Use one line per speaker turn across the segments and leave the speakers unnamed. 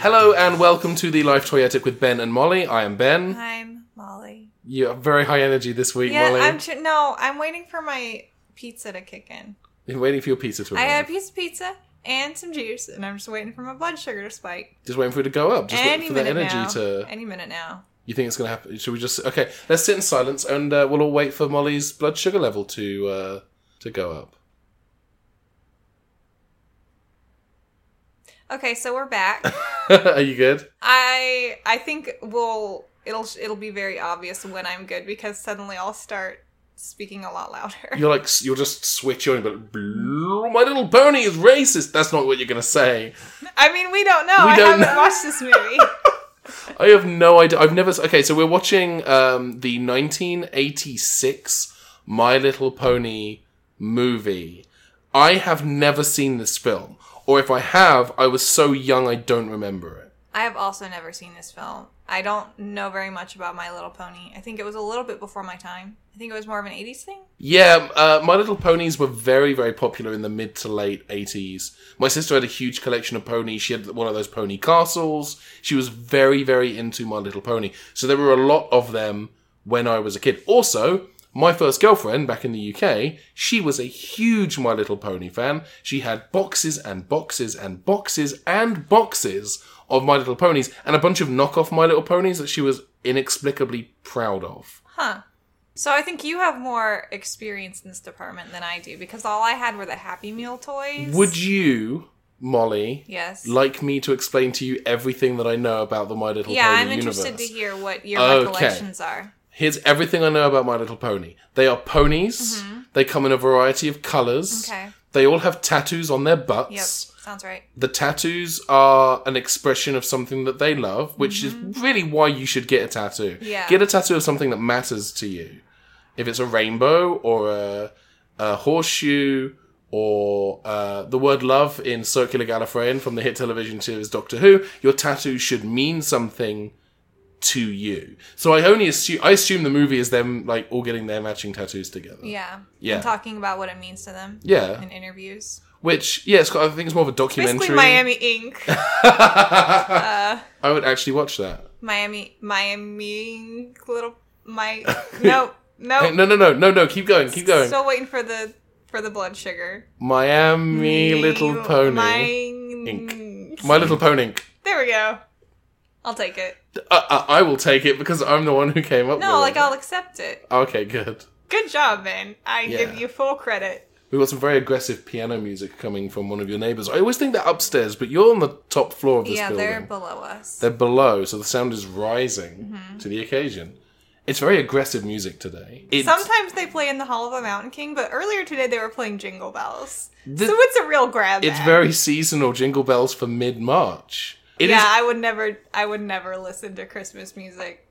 Hello and welcome to the Life Toyetic with Ben and Molly. I am Ben.
I'm Molly.
You are very high energy this week,
Yeah,
Molly.
I'm tr- no, I'm waiting for my pizza to kick in.
Been waiting for your pizza to
I
arrive.
had a piece of pizza and some juice, and I'm just waiting for my blood sugar to spike.
Just waiting for it to go up. Just waiting
Any
for the
minute
energy
now.
to.
Any minute now.
You think it's going to happen? Should we just okay? Let's sit in silence and uh, we'll all wait for Molly's blood sugar level to uh, to go up.
Okay, so we're back.
are you good?
I I think we'll it'll it'll be very obvious when I'm good because suddenly I'll start speaking a lot louder.
You're like s- you'll just switch on. But like, "Blue, my little pony is racist. That's not what you're going to say.
I mean, we don't know.
We
I
don't
haven't
know.
watched this movie.
I have no idea. I've never. s- Okay, so we're watching um, the 1986 My Little Pony movie. I have never seen this film, or if I have, I was so young I don't remember it.
I have also never seen this film. I don't know very much about My Little Pony. I think it was a little bit before my time. I think it was more of an 80s thing.
Yeah, uh, My Little Ponies were very, very popular in the mid to late 80s. My sister had a huge collection of ponies. She had one of those pony castles. She was very, very into My Little Pony. So there were a lot of them when I was a kid. Also, my first girlfriend back in the UK, she was a huge My Little Pony fan. She had boxes and boxes and boxes and boxes of My Little Ponies and a bunch of knockoff My Little Ponies that she was inexplicably proud of.
Huh. So I think you have more experience in this department than I do because all I had were the Happy Meal toys.
Would you, Molly,
Yes.
like me to explain to you everything that I know about the My Little
yeah,
Pony
I'm
universe.
interested to hear what your
Okay.
recollections are.
Here's everything I know about My Little Pony. They are ponies. They come in a variety of colors.
Mm-hmm. Okay.
They all have tattoos on their
Yep.
butts.
Sounds right.
The tattoos are an expression of something that they love, which is really why you should get a tattoo.
Mm-hmm. Yeah.
Get a tattoo of something that matters to you. If it's a rainbow or a, a horseshoe or uh, the word love in Circular Gallifreyan from the hit television series Doctor Who, your tattoo should mean something to you. So I only assume I assume the movie is them like all getting their matching tattoos together.
Yeah.
Yeah.
And talking about what it means to them
Yeah.
in interviews.
Which yeah, it's got, I think it's more of a documentary.
Basically Miami Inc. uh,
I would actually watch that.
Miami Miami Inc. little my no no
Hey, no, no, no, no, no. Keep going, keep going.
Still waiting for the for the blood sugar.
Miami Little Pony. My,
Inc.
Little Pony.
There we go. I'll take it.
Uh, uh, I will take it because I'm the one who came up with
No, like
it.
I'll accept it.
Okay, good.
Good job, Ben. I give
Yeah.
you full credit.
We got some very aggressive piano music coming from one of your neighbors. I always think they're upstairs, but you're on the top floor of this
yeah,
building.
they're below us.
They're below, so the sound is rising
Mm-hmm.
to the occasion. It's very aggressive music today. It's,
Sometimes they play in the Hall of a Mountain King, but earlier today they were playing Jingle Bells.
The-
so it's a real grab.
it's
bag.
very seasonal. Jingle bells for mid March. It is
yeah. I would never, I would never listen to Christmas music,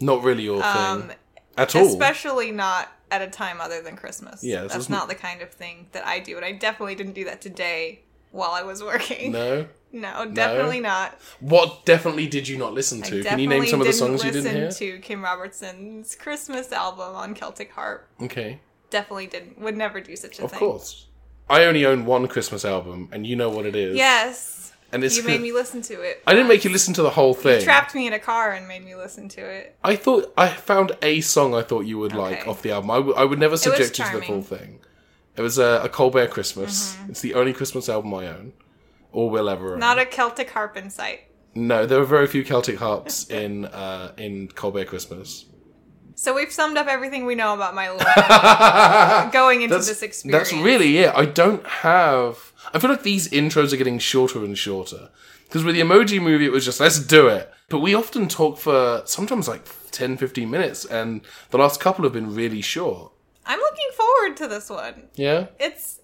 not really your
um,
thing at all.
especially not at a time other than Christmas.
Yeah, so
that's
it's-
not the kind of thing that I do, and I definitely didn't do that today while I was working.
no.
No, definitely not.
What definitely did you not listen
I
to? Can
definitely
you name some of the
didn't
songs you didn't hear?
listen to Kim Robertson's Christmas album on Celtic Harp.
Okay,
Definitely didn't. Would never do such a
of
thing.
course. I only own one Christmas album, and you know what it is.
Yes,
and it's
you made me listen to it.
I didn't make you listen to the whole thing.
Trapped me in a car and made me listen to it.
I thought I found a song I thought you would like
Okay.
off the album. I, w- I would never subject you to the
charming. Mm-hmm.
full thing. It was uh, a Colbert Christmas. It's the only Christmas album I own, or will ever own.
Not a Celtic harp in sight.
no, there were very few Celtic harps in uh, in Colbert Christmas.
So we've summed up everything we know about my little going into this experience.
That's really it. I don't have. I feel like these intros are getting shorter and shorter. Because with the emoji movie, it was just, let's do it. But we often talk for sometimes like 10, 15 minutes, and the last couple have been really short.
I'm looking forward to this one.
Yeah?
It's.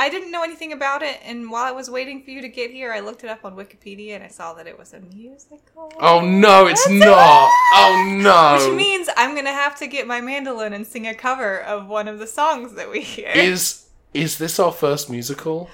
I didn't know anything about it, and while I was waiting for you to get here, I looked it up on Wikipedia and I saw that it was a musical.
Oh no, it's not! Oh no!
Which means I'm gonna have to get my mandolin and sing a cover of one of the songs that we hear.
Is. Is this our first musical?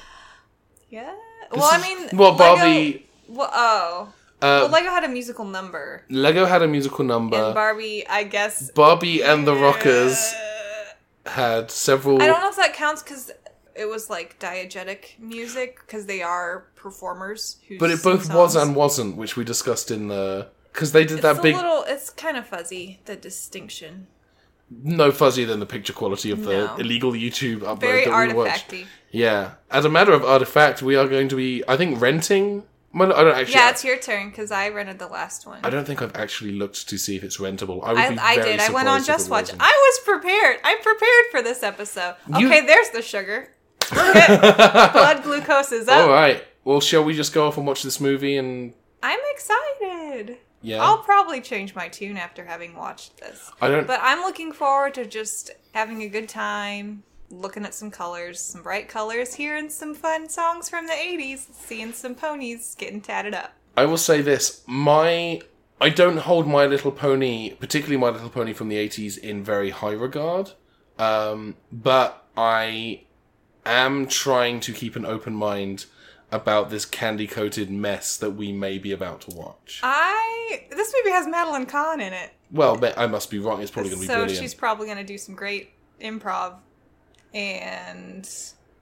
yeah.
This
Well, I
is-
mean,
well,
Lego-
Barbie
Well, oh.
Uh,
well, Lego had a musical number,
Lego had a musical number.
and Barbie, I guess.
Barbie and the Rockers
Uh,
had several.
I don't know if that counts because it was like diegetic music because they are performers. Who
But it
sing
both was
songs.
and wasn't, which we discussed in the because they did
It's
that
a
big
little. It's kind of fuzzy the distinction.
no fuzzier than the picture quality of the
No.
illegal YouTube upload
Very
that we watched.
artifacty.
Yeah. As a matter of artifact, we are going to be I think renting. Well, I don't actually.
Yeah, it's your turn because I rented the last one.
I don't think I've actually looked to see if it's rentable. I would
I,
be
I
very
did. I went
surprised
on
if
Just
it
Watch.
wasn't.
I was prepared. I'm prepared for this episode.
You-
Okay, there's the sugar. We're good. Blood glucose is up.
All right. Well, shall we just go off and watch this movie and
I'm excited.
yeah?
I'll probably change my tune after having watched this.
I don't.
But I'm looking forward to just having a good time, looking at some colors, some bright colors, hearing some fun songs from the 80s, seeing some ponies getting tatted up.
I will say this: my I don't hold My Little Pony, particularly My Little Pony from the '80s, in very high regard. Um, but I am trying to keep an open mind about this candy-coated mess that we may be about to watch.
Uh, I this movie has Madeline Kahn in it.
well, but I must be wrong. It's probably going to be
so
brilliant.
she's probably going to do some great improv and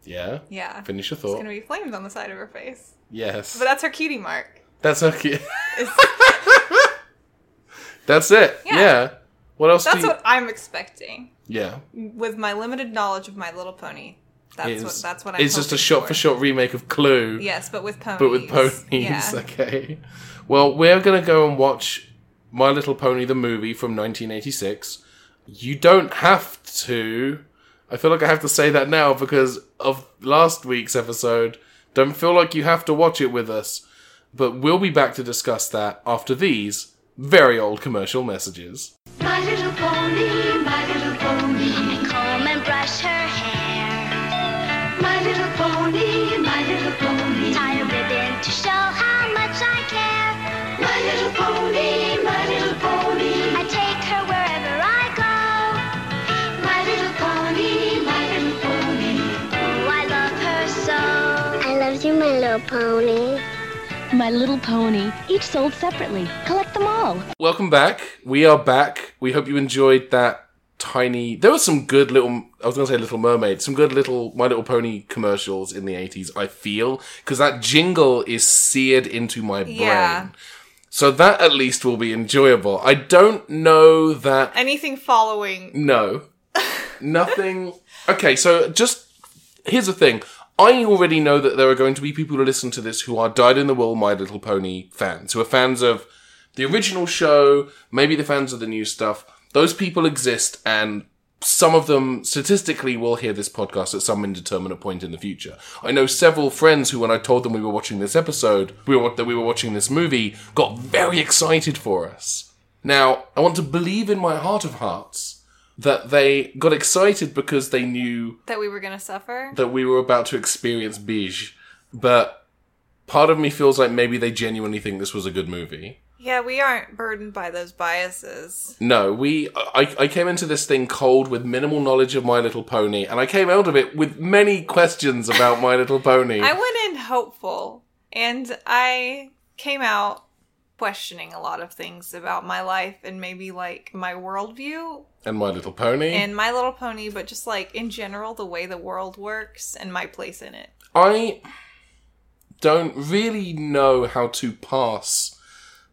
Yeah.
yeah
Finish your
there's
thought.
going to be flames on the side of her face
Yes.
but that's her cutie mark
That's okay.
It's-
That's it. Yeah.
Yeah.
What else
that's
do you...
what i'm expecting
Yeah.
with my limited knowledge of my little pony that's what
It's-
that's what i'm
It's just a
hoping
shot for shot remake of Clue.
yes but with ponies
but with ponies.
yeah.
Okay. Well, we're gonna go and watch My Little Pony the movie from 1986. You don't have to. I feel like I have to say that now because of last week's episode. Don't feel like you have to watch it with us, but we'll be back to discuss that after these very old commercial messages.
My little pony, my little pony. I comb and brush her hair. My little pony, my little pony. Tie a ribbon to show how much I care. My little pony, my little pony. I take her wherever I go. My little pony, my little pony. Oh, I love her so.
I love you, my little pony.
My Little Pony, each sold separately. Collect them all.
Welcome back. We are back. We hope you enjoyed that tiny. There were some good little. I was going to say Little Mermaid. Some good little My Little Pony commercials in the eighties. I feel because that jingle is seared into my brain.
Yeah.
So that at least will be enjoyable. I don't know that.
anything following
No. Nothing. Okay, so just here's the thing. I already know that there are going to be people who listen to this who are dyed in the wool My Little Pony fans, who are fans of the original show, maybe the fans of the new stuff. Those people exist, and some of them statistically will hear this podcast at some indeterminate point in the future. I know several friends who, when I told them we were watching this episode, we were, that we were watching this movie, got very excited for us. Now, I want to believe in my heart of hearts that they got excited because they knew
that we were going to suffer
that we were about to experience Bij, but part of me feels like maybe they genuinely think this was a good movie.
yeah we aren't burdened by those biases
No, we. I, I came into this thing cold with minimal knowledge of My Little Pony, and I came out of it with many questions about My Little Pony.
I went in hopeful and I came out questioning a lot of things about my life and maybe like my worldview
and My Little Pony.
and My Little Pony, but just like in general, the way the world works and my place in it.
I don't really know how to pass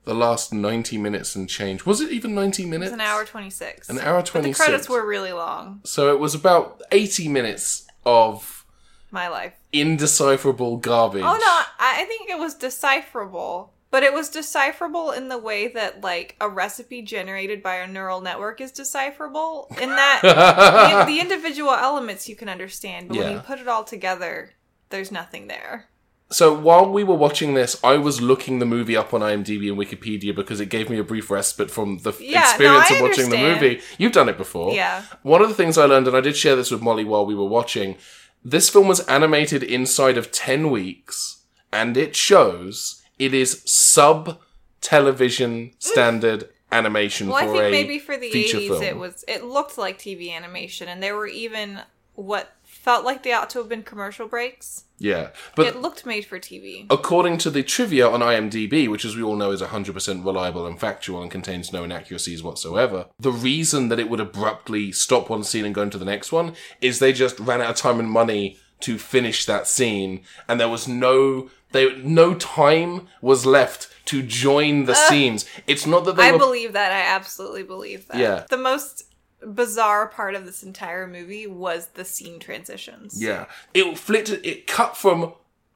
the last 90 minutes and change. Was it even 90 minutes?
It's an hour 26.
An hour
But
26.
the credits were really long.
So it was about 80 minutes of
My life.
indecipherable garbage.
Oh no, I I think it was decipherable. But it was decipherable in the way that like a recipe generated by a neural network is decipherable in that the, the individual elements you can understand, but when
Yeah.
you put it all together, there's nothing there.
So while we were watching this, I was looking the movie up on IMDb and Wikipedia because it gave me a brief respite from the f-
Yeah, no,
experience
I
of watching the
understand.
movie. You've done it before.
Yeah.
One of the things I learned, and I did share this with Molly while we were watching, this film was animated inside of 10 weeks, and it shows it is sub television standard animation
Mm. Well, I
for
think
a
maybe for the
feature
80s
film.
it was it looked like TV animation and there were even what felt like they ought to have been commercial breaks.
Yeah, but
it looked made for TV.
According to the trivia on IMDb, which, as we all know, is 100% reliable and factual and contains no inaccuracies whatsoever, the reason that it would abruptly stop one scene and go into the next one is they just ran out of time and money to finish that scene, and there was no they no time was left to join the scenes. It's not that they
I
were
believe that. I absolutely believe that.
Yeah.
The most bizarre part of this entire movie was the scene transitions.
Yeah, it flipped. It cut from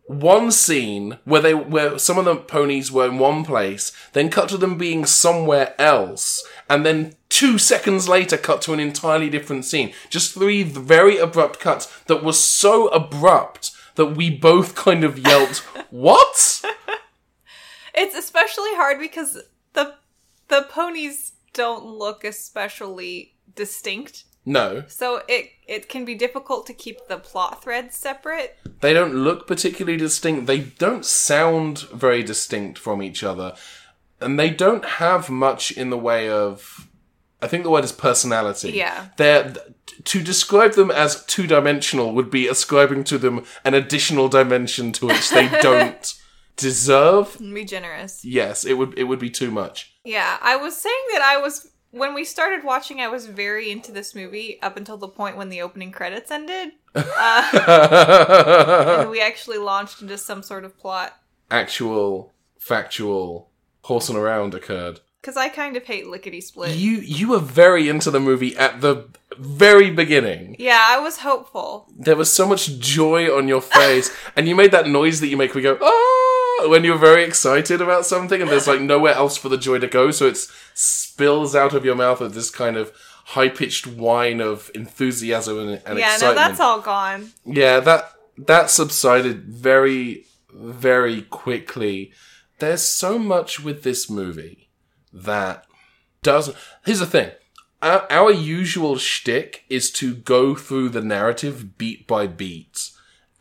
one scene where they where some of the ponies were in one place, then cut to them being somewhere else, and then two seconds later cut to an entirely different scene. Just three very abrupt cuts that were so abrupt that we both kind of yelled, "What?"
It's especially hard because the the ponies don't look especially distinct.
No,
So it it can be difficult to keep the plot threads separate.
They don't look particularly distinct. They don't sound very distinct from each other. And they don't have much in the way of. I think the word is personality.
Yeah.
They're. To describe them as two dimensional would be ascribing to them an additional dimension to which they don't deserve.
And be generous.
Yes, it would it would be too much.
Yeah, I was saying that I was when we started watching, I was very into this movie up until the point when the opening credits ended, and we actually launched into some sort of plot.
Actual, factual, horsing around occurred.
Because I kind of hate Lickety Split.
You you were very into the movie at the very beginning.
yeah, I was hopeful.
there was so much joy on your face, and you made that noise that you make. We go ah when you're very excited about something, and there's like nowhere else for the joy to go, so it spills out of your mouth with this kind of high pitched whine of enthusiasm and, and
yeah,
excitement.
no, that's all gone.
Yeah, that that subsided very very quickly. There's so much with this movie that doesn't. Here's the thing. Our, our usual shtick is to go through the narrative beat by beat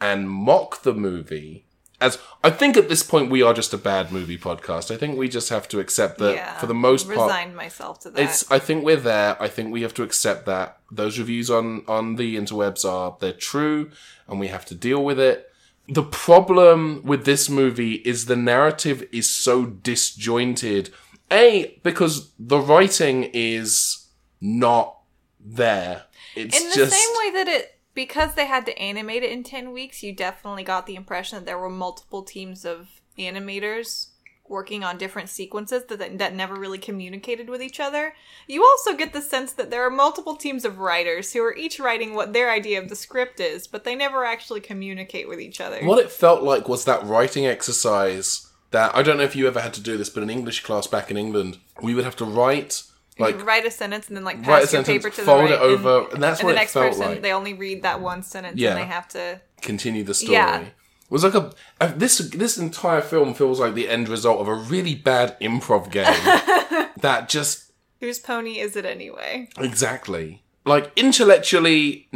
and mock the movie. As I think at this point we are just a bad movie podcast. I think we just have to accept that
yeah,
for the most part
resigned myself to that.
it's i think we're there i think we have to accept that those reviews on on the interwebs are they're true and we have to deal with it the problem with this movie is the narrative is so disjointed a because the writing is not there it's
in the
just
same way that it because they had to animate it in 10 weeks you definitely got the impression that there were multiple teams of animators working on different sequences that, that never really communicated with each other you also get the sense that there are multiple teams of writers who are each writing what their idea of the script is but they never actually communicate with each other
What it felt like was that writing exercise that I don't know if you ever had to do this, but in English class back in England, we would have to write like
you write a sentence and then like pass
write a
your
sentence,
paper to
fold it
the right,
over,
and,
and that's
and
what
the
it
next
felt
person
like.
they only read that one sentence
Yeah.
and they have to
continue the story.
Yeah.
It was like a uh, this this entire film feels like the end result of a really bad improv game that just
whose pony is it anyway
exactly like intellectually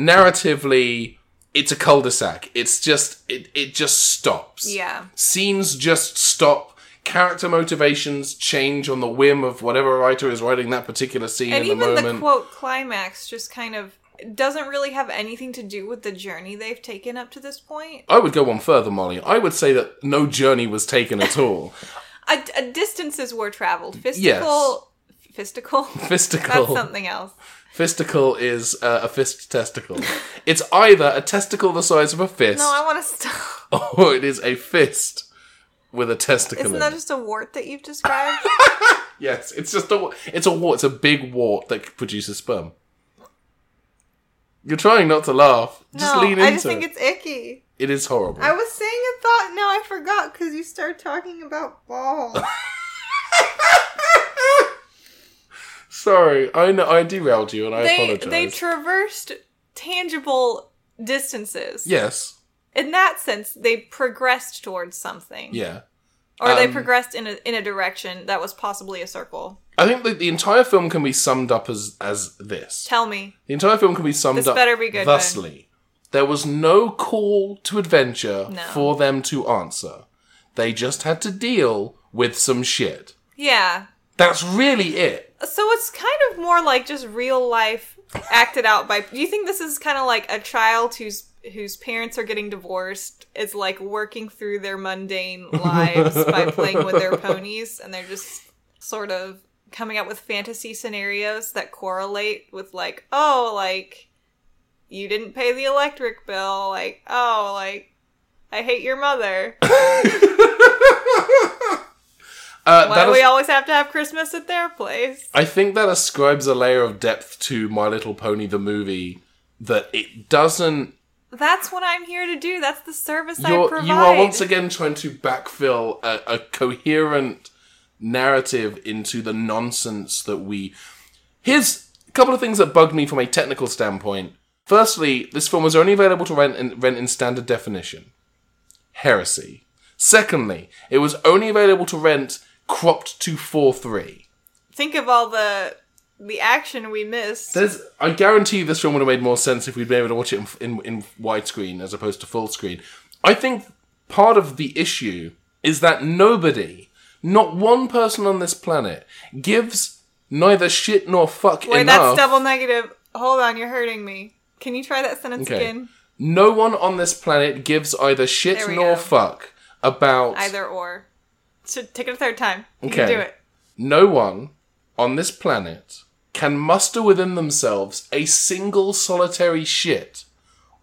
narratively it's a cul-de-sac it's just it, it just stops
Yeah.
scenes just stop character motivations change on the whim of whatever writer is writing that particular scene
and
in the
even
moment
the quote climax just kind of doesn't really have anything to do with the journey they've taken up to this point.
i would go one further molly i would say that no journey was taken at all
A, a distances were traveled. Fistical. Fistical.
fisticle
That's something else.
Fisticle is uh, a fist testicle. It's either a testicle the size of a fist,
No, I want to stop.
or it is a fist with a testicle.
Isn't
in
that
it.
just a wart that you've described?
Yes, it's just a wa- it's a wart. It's a big wart that produces sperm. You're trying not to laugh. Just
no,
lean into
I just think
it.
it's icky.
It is horrible.
I was saying a thought. No, I forgot because you started talking about balls.
Sorry, I know I derailed you, and I
they
apologize.
they traversed tangible distances.
yes,
In that sense, they progressed towards something.
yeah.
or they
Um,
progressed in a in a direction that was possibly a circle.
I think that the entire film can be summed up as as this.
Tell me,
The entire film can be summed
This
up
better be good,
thusly. There was no call to adventure
No.
for them to answer. They just had to deal with some shit.
yeah.
That's really it.
So it's kind of more like just real life acted out by. Do you think this is kind of like a child who's whose parents are getting divorced is like working through their mundane lives by playing with their ponies and they're just sort of coming up with fantasy scenarios that correlate with like oh like you didn't pay the electric bill like oh like I hate your mother.
Uh,
Why
that
do
is-
we always have to have Christmas at their place?
I think that ascribes a layer of depth to My Little Pony the movie that it doesn't.
That's what I'm here to do. That's the service I
You're,
provide.
you are once again trying to backfill a, a coherent narrative into the nonsense that we. Here's a couple of things that bug me from a technical standpoint. Firstly, this film was only available to rent in, rent in standard definition. Heresy. Secondly, it was only available to rent cropped to 4 3.
Think of all the the action we missed.
There's, I guarantee this film would have made more sense if we'd been able to watch it in, in, in widescreen as opposed to full screen. I think part of the issue is that nobody, not one person on this planet, gives neither shit nor fuck
Wait,
enough.
that's double negative. Hold on, you're hurting me. Can you try that sentence
Okay.
again?
no one on this planet gives either shit
There we
nor
go.
fuck about
Either or. So take it a third time. You
Okay.
can do it.
No one on this planet can muster within themselves a single solitary shit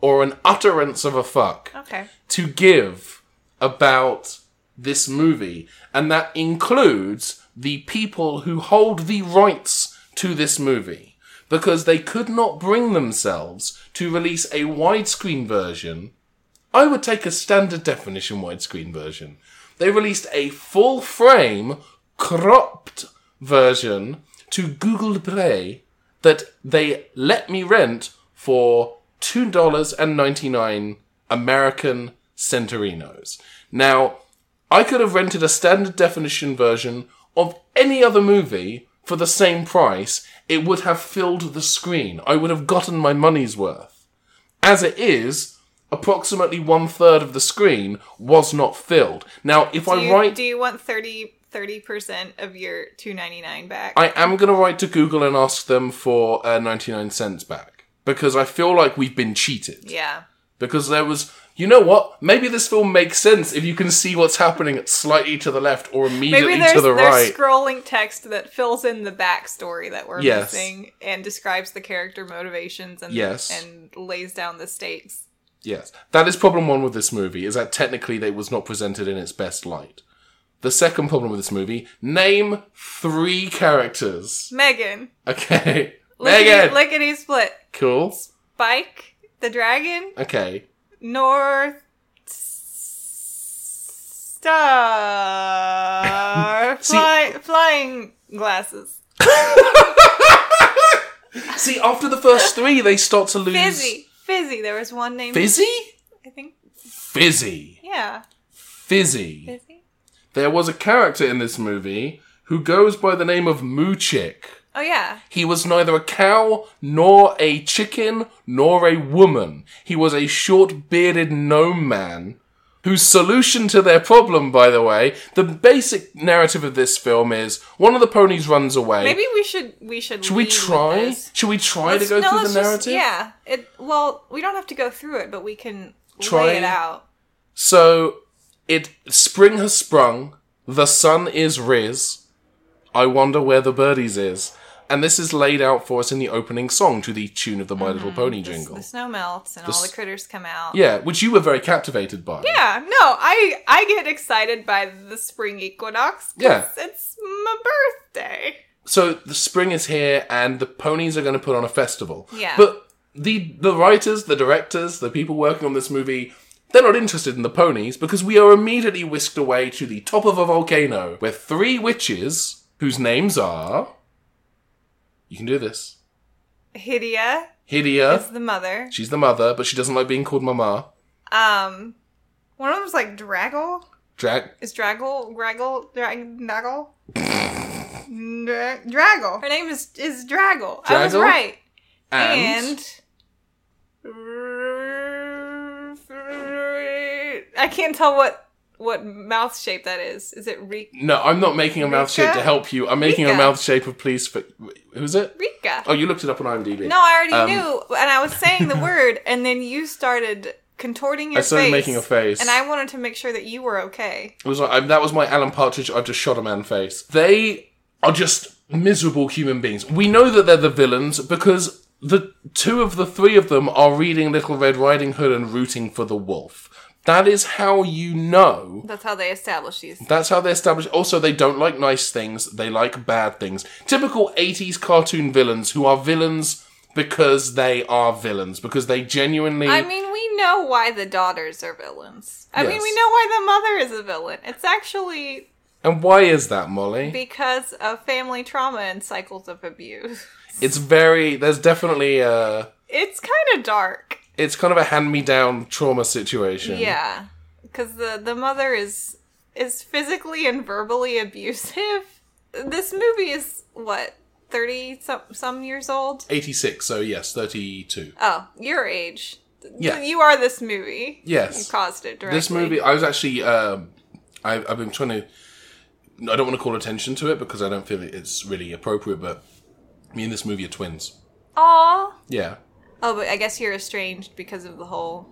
or an utterance of a fuck.
Okay.
to give about this movie, and that includes the people who hold the rights to this movie because they could not bring themselves to release a widescreen version. I would take a standard definition widescreen version. They released a full frame, cropped version to Google Play that they let me rent for two dollars and ninety nine American centurinos. Now, I could have rented a standard definition version of any other movie for the same price. It would have filled the screen. I would have gotten my money's worth. As it is, approximately one third of the screen was not filled. Now, if
Do
I
you,
write,
do you want 30 percent of your two ninety nine back?
I am going to write to Google and ask them for uh, ninety nine cents back because I feel like we've been cheated.
yeah.
because there was you know what maybe this film makes sense if you can see what's happening slightly to the left or immediately
Maybe there's,
to the
there's
right
scrolling text that fills in the backstory that we're
Yes.
missing and describes the character motivations and
Yes.
and lays down the stakes.
yes that is problem one with this movie is that technically it was not presented in its best light the second problem with this movie name three characters
Megan.
okay
Lickety,
Megan
Lickety split.
cool
Spike the dragon.
okay
North Star fly, flying glasses.
see after the first three they start to lose
Fizzy, Fizzy. There was one named
fizzy
I think.
fizzy
Yeah,
fizzy
Fizzy.
there was a character in this movie who goes by the name of moo chick
Oh yeah,
He was neither a cow, nor a chicken, nor a woman. He was a short bearded gnome man whose solution to their problem, by the way, the basic narrative of this film is one of the ponies runs away.
maybe we should we should.
should we
lead with
try?
this.
Should we try
Let's-
to go
no,
through
let's
the narrative?
just- yeah. It well, we don't have to go through it, but we can
Try-
lay it out.
So it spring has sprung, the sun is riz. I wonder where the birdies is. And this is laid out for us in the opening song to the tune of the My Little Pony jingle.
The snow melts and all
s-
the critters come out.
Yeah, which you were very captivated by.
Yeah, no, I I get excited by the spring equinox. 'cause
Yeah.
it's my birthday.
So the spring is here, and the ponies are going to put on a festival.
Yeah.
But the the writers, the directors, the people working on this movie, they're not interested in the ponies because we are immediately whisked away to the top of a volcano where three witches, whose names are, you can do this,
Hidea
Hidea.
is the mother.
She's the mother, but she doesn't like being called Mama.
Um, one of them's like Draggle.
Drag.
Is Draggle Draggle Drag Draggle? Dra- Draggle. Her name is is Draggle. I was
Draggle?
right.
And,
I can't tell what what mouth shape that is. Is it re-
No, I'm not making a mouth shape
Rika?
to help you. I'm making a
Rika.
mouth shape of please. For, who's it?
Rika?
Oh, you looked it up on IMDb.
No, I already
Um,
knew, and I was saying the word, and then you started contorting your
I started
face,
making a face.
and I wanted to make sure that you were okay.
It was like, I, that was my Alan Partridge. I've just shot a man face. They are just miserable human beings. We know that they're the villains because the two of the three of them are reading Little Red Riding Hood and rooting for the wolf. That is how you know.
That's how they establish these.
That's how they establish. Also, they don't like nice things. They like bad things. Typical 80s cartoon villains who are villains because they are villains. Because they genuinely.
I mean, we know why the daughters are villains. I mean,
Yes.
we know why the mother is a villain. It's actually
and why is that, Molly?
because of family trauma and cycles of abuse.
it's very. There's definitely a.
It's kind of dark.
it's kind of a hand me down trauma situation.
Yeah, because the the mother is is physically and verbally abusive. This movie is what thirty some some years old.
86, so yes, 32.
Oh, your age.
Yeah.
you are this movie.
Yes.
you caused it directly.
This movie, I was actually, um, I, I've been trying to, I don't want to call attention to it because I don't feel it's really appropriate, but me and this movie are twins.
Aw.
Yeah.
Oh, but I guess you're estranged because of the whole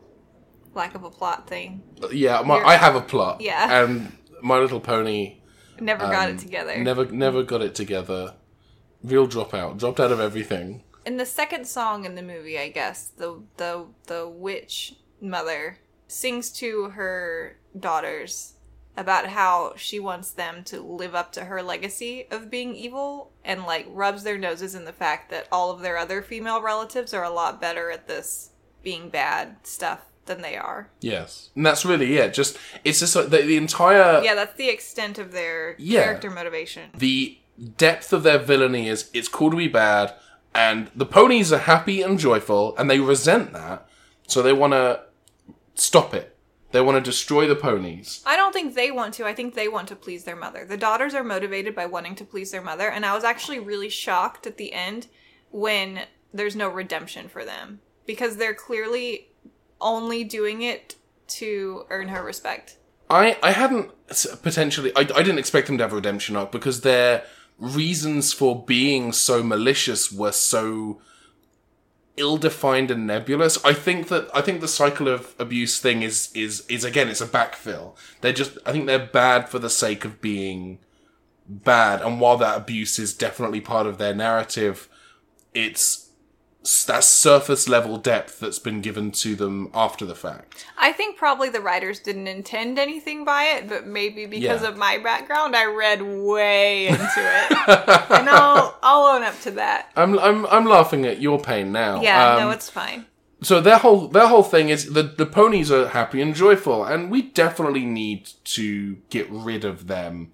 lack of a plot thing.
Yeah, my,
You're-
I have a plot.
Yeah.
And My Little Pony
Never got it together.
Um, never never got it together. Real dropout. Dropped out of everything.
in the second song in the movie, I guess the the the witch mother sings to her daughters about how she wants them to live up to her legacy of being evil and like rubs their noses in the fact that all of their other female relatives are a lot better at this being bad stuff than they are.
Yes. And that's really it. Just, it's just like the, the entire.
Yeah, that's the extent of their
Uh, Yeah.
character motivation.
the depth of their villainy is it's cool to be bad and the ponies are happy and joyful and they resent that so they want to stop it they want to destroy the ponies
I don't think they want to. I think they want to please their mother. The daughters are motivated by wanting to please their mother, and I was actually really shocked at the end when there's no redemption for them because they're clearly only doing it to earn her respect.
i i hadn't s- potentially I, I didn't expect them to have a redemption arc because their reasons for being so malicious were so ill-defined and nebulous i think that i think the cycle of abuse thing is is is again it's a backfill they're just i think they're bad for the sake of being bad and while that abuse is definitely part of their narrative it's s- that surface level depth that's been given to them after the fact
I think probably the writers didn't intend anything by it, but maybe because
Yeah.
of my background, I read way into it. and I'll, I'll own up to that.
i'm i'm, I'm laughing at your pain now
Yeah,
Um,
no, it's fine.
so their whole their whole thing is the the ponies are happy and joyful, and we definitely need to get rid of them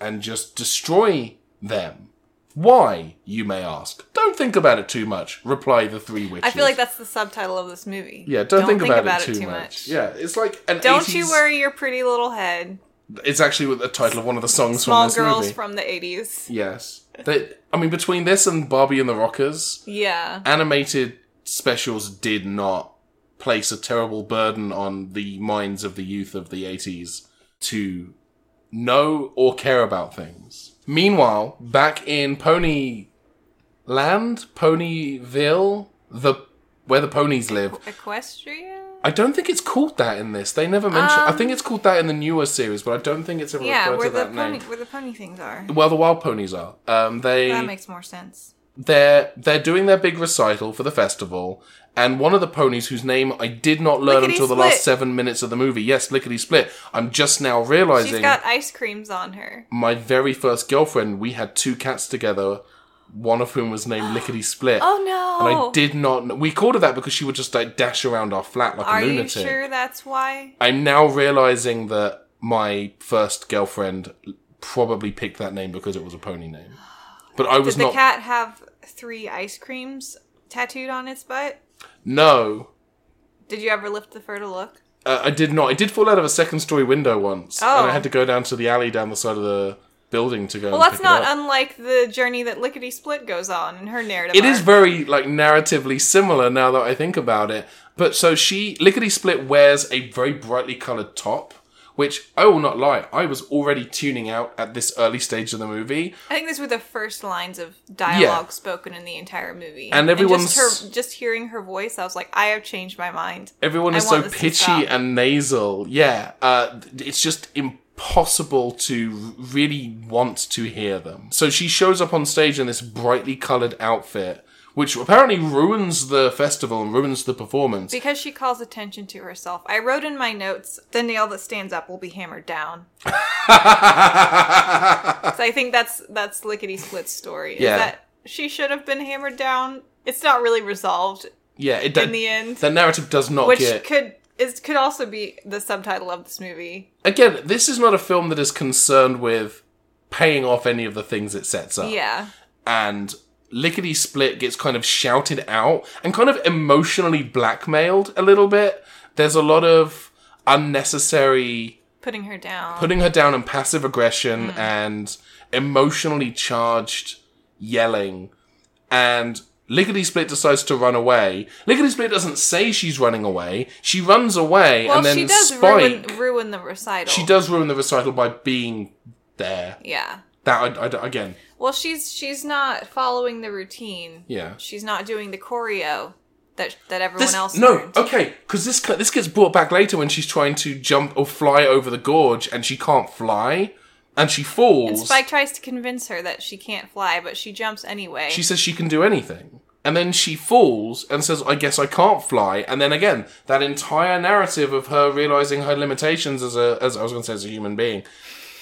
and just destroy them. Why, you may ask? Don't think about it too much. Reply the three witches.
I feel like that's the subtitle of this movie.
yeah. Don't, think, about, it, too much. Yeah, it's like an
Don't
80s,
you worry your pretty little head.
It's actually the title of one of the songs from
Small
this
girls
movie.
from the 80s.
yes, they, I mean between this and Barbie and the Rockers,
Yeah.
animated specials did not place a terrible burden on the minds of the youth of the 80s to know or care about things. Meanwhile, back in Pony Land, Ponyville, the where the ponies live.
Equestria?
I don't think it's called that in this. They never mention. I think it's called that in the newer series, but I don't think it's ever
Um, Yeah,
referred
where
to
the
that
pony
name.
where the pony things are.
Well, the wild ponies are. Um, they
That makes more sense.
they're they're doing their big recital for the festival, and one of the ponies whose name I did not learn
Lickety
until the
Split.
last seven minutes of the movie. Yes, Lickety Split. I'm just now
She's
realizing
got ice creams on her.
my very first girlfriend. We had two cats together, one of whom was named Lickety Split.
Oh no.
And I did not. kn- We called her that because she would just like dash around our flat like
Are
a
you
lunatic.
sure that's why?
I'm now realizing that my first girlfriend probably picked that name because it was a pony name. But I was
Did the
not.
cat have three ice creams tattooed on its butt?
no,
Did you ever lift the fur to look?
Uh, I did not. I did fall out of a second story window once,
Oh.
and I had to go down to the alley down the side of the building to go.
Well,
and
that's
pick it
not
up.
unlike the journey that Lickety Split goes on in her narrative.
It is
arc.
very like narratively similar now that I think about it. But so she Lickety Split wears a very brightly colored top, which I will not lie, I was already tuning out at this early stage of the movie.
I think these were the first lines of dialogue
Yeah.
spoken in the entire movie.
And everyone's-
just, her, just hearing her voice, I was like, I have changed my mind.
Everyone
I
is
want
so
this to
pitchy
stop.
and nasal. Yeah, uh, th- it's just impossible to r- really want to hear them. So she shows up on stage in this brightly coloured outfit, which apparently ruins the festival and ruins the performance.
Because she calls attention to herself. I wrote in my notes, the nail that stands up will be hammered down. So I think that's that's Lickety Split's story. Is
Uh, Yeah.
that she should have been hammered down. It's not really resolved
yeah, it does.
in the end.
The narrative does not
which
get
could is could also be the subtitle of this movie.
again, this is not a film that is concerned with paying off any of the things it sets up.
Yeah.
And Lickety Split gets kind of shouted out and kind of emotionally blackmailed a little bit. There's a lot of unnecessary
Putting her down.
putting her down and passive aggression
Hmm.
and emotionally charged yelling. And Lickety Split decides to run away. Lickety Split doesn't say she's running away. She runs away
well,
and then
she does
Spike.
ruin, ruin the recital.
she does ruin the recital by being there.
Yeah.
That I, I- again,
Well, she's she's not following the routine.
Yeah.
She's not doing the choreo that that everyone
This-
else.
no,
learned.
okay, because this co- this gets brought back later when she's trying to jump or fly over the gorge and she can't fly and she falls.
And Spike tries to convince her that she can't fly, but she jumps anyway.
she says she can do anything, and then she falls and says, "I guess I can't fly." And then again, that entire narrative of her realizing her limitations as a as I was going to say as a human being,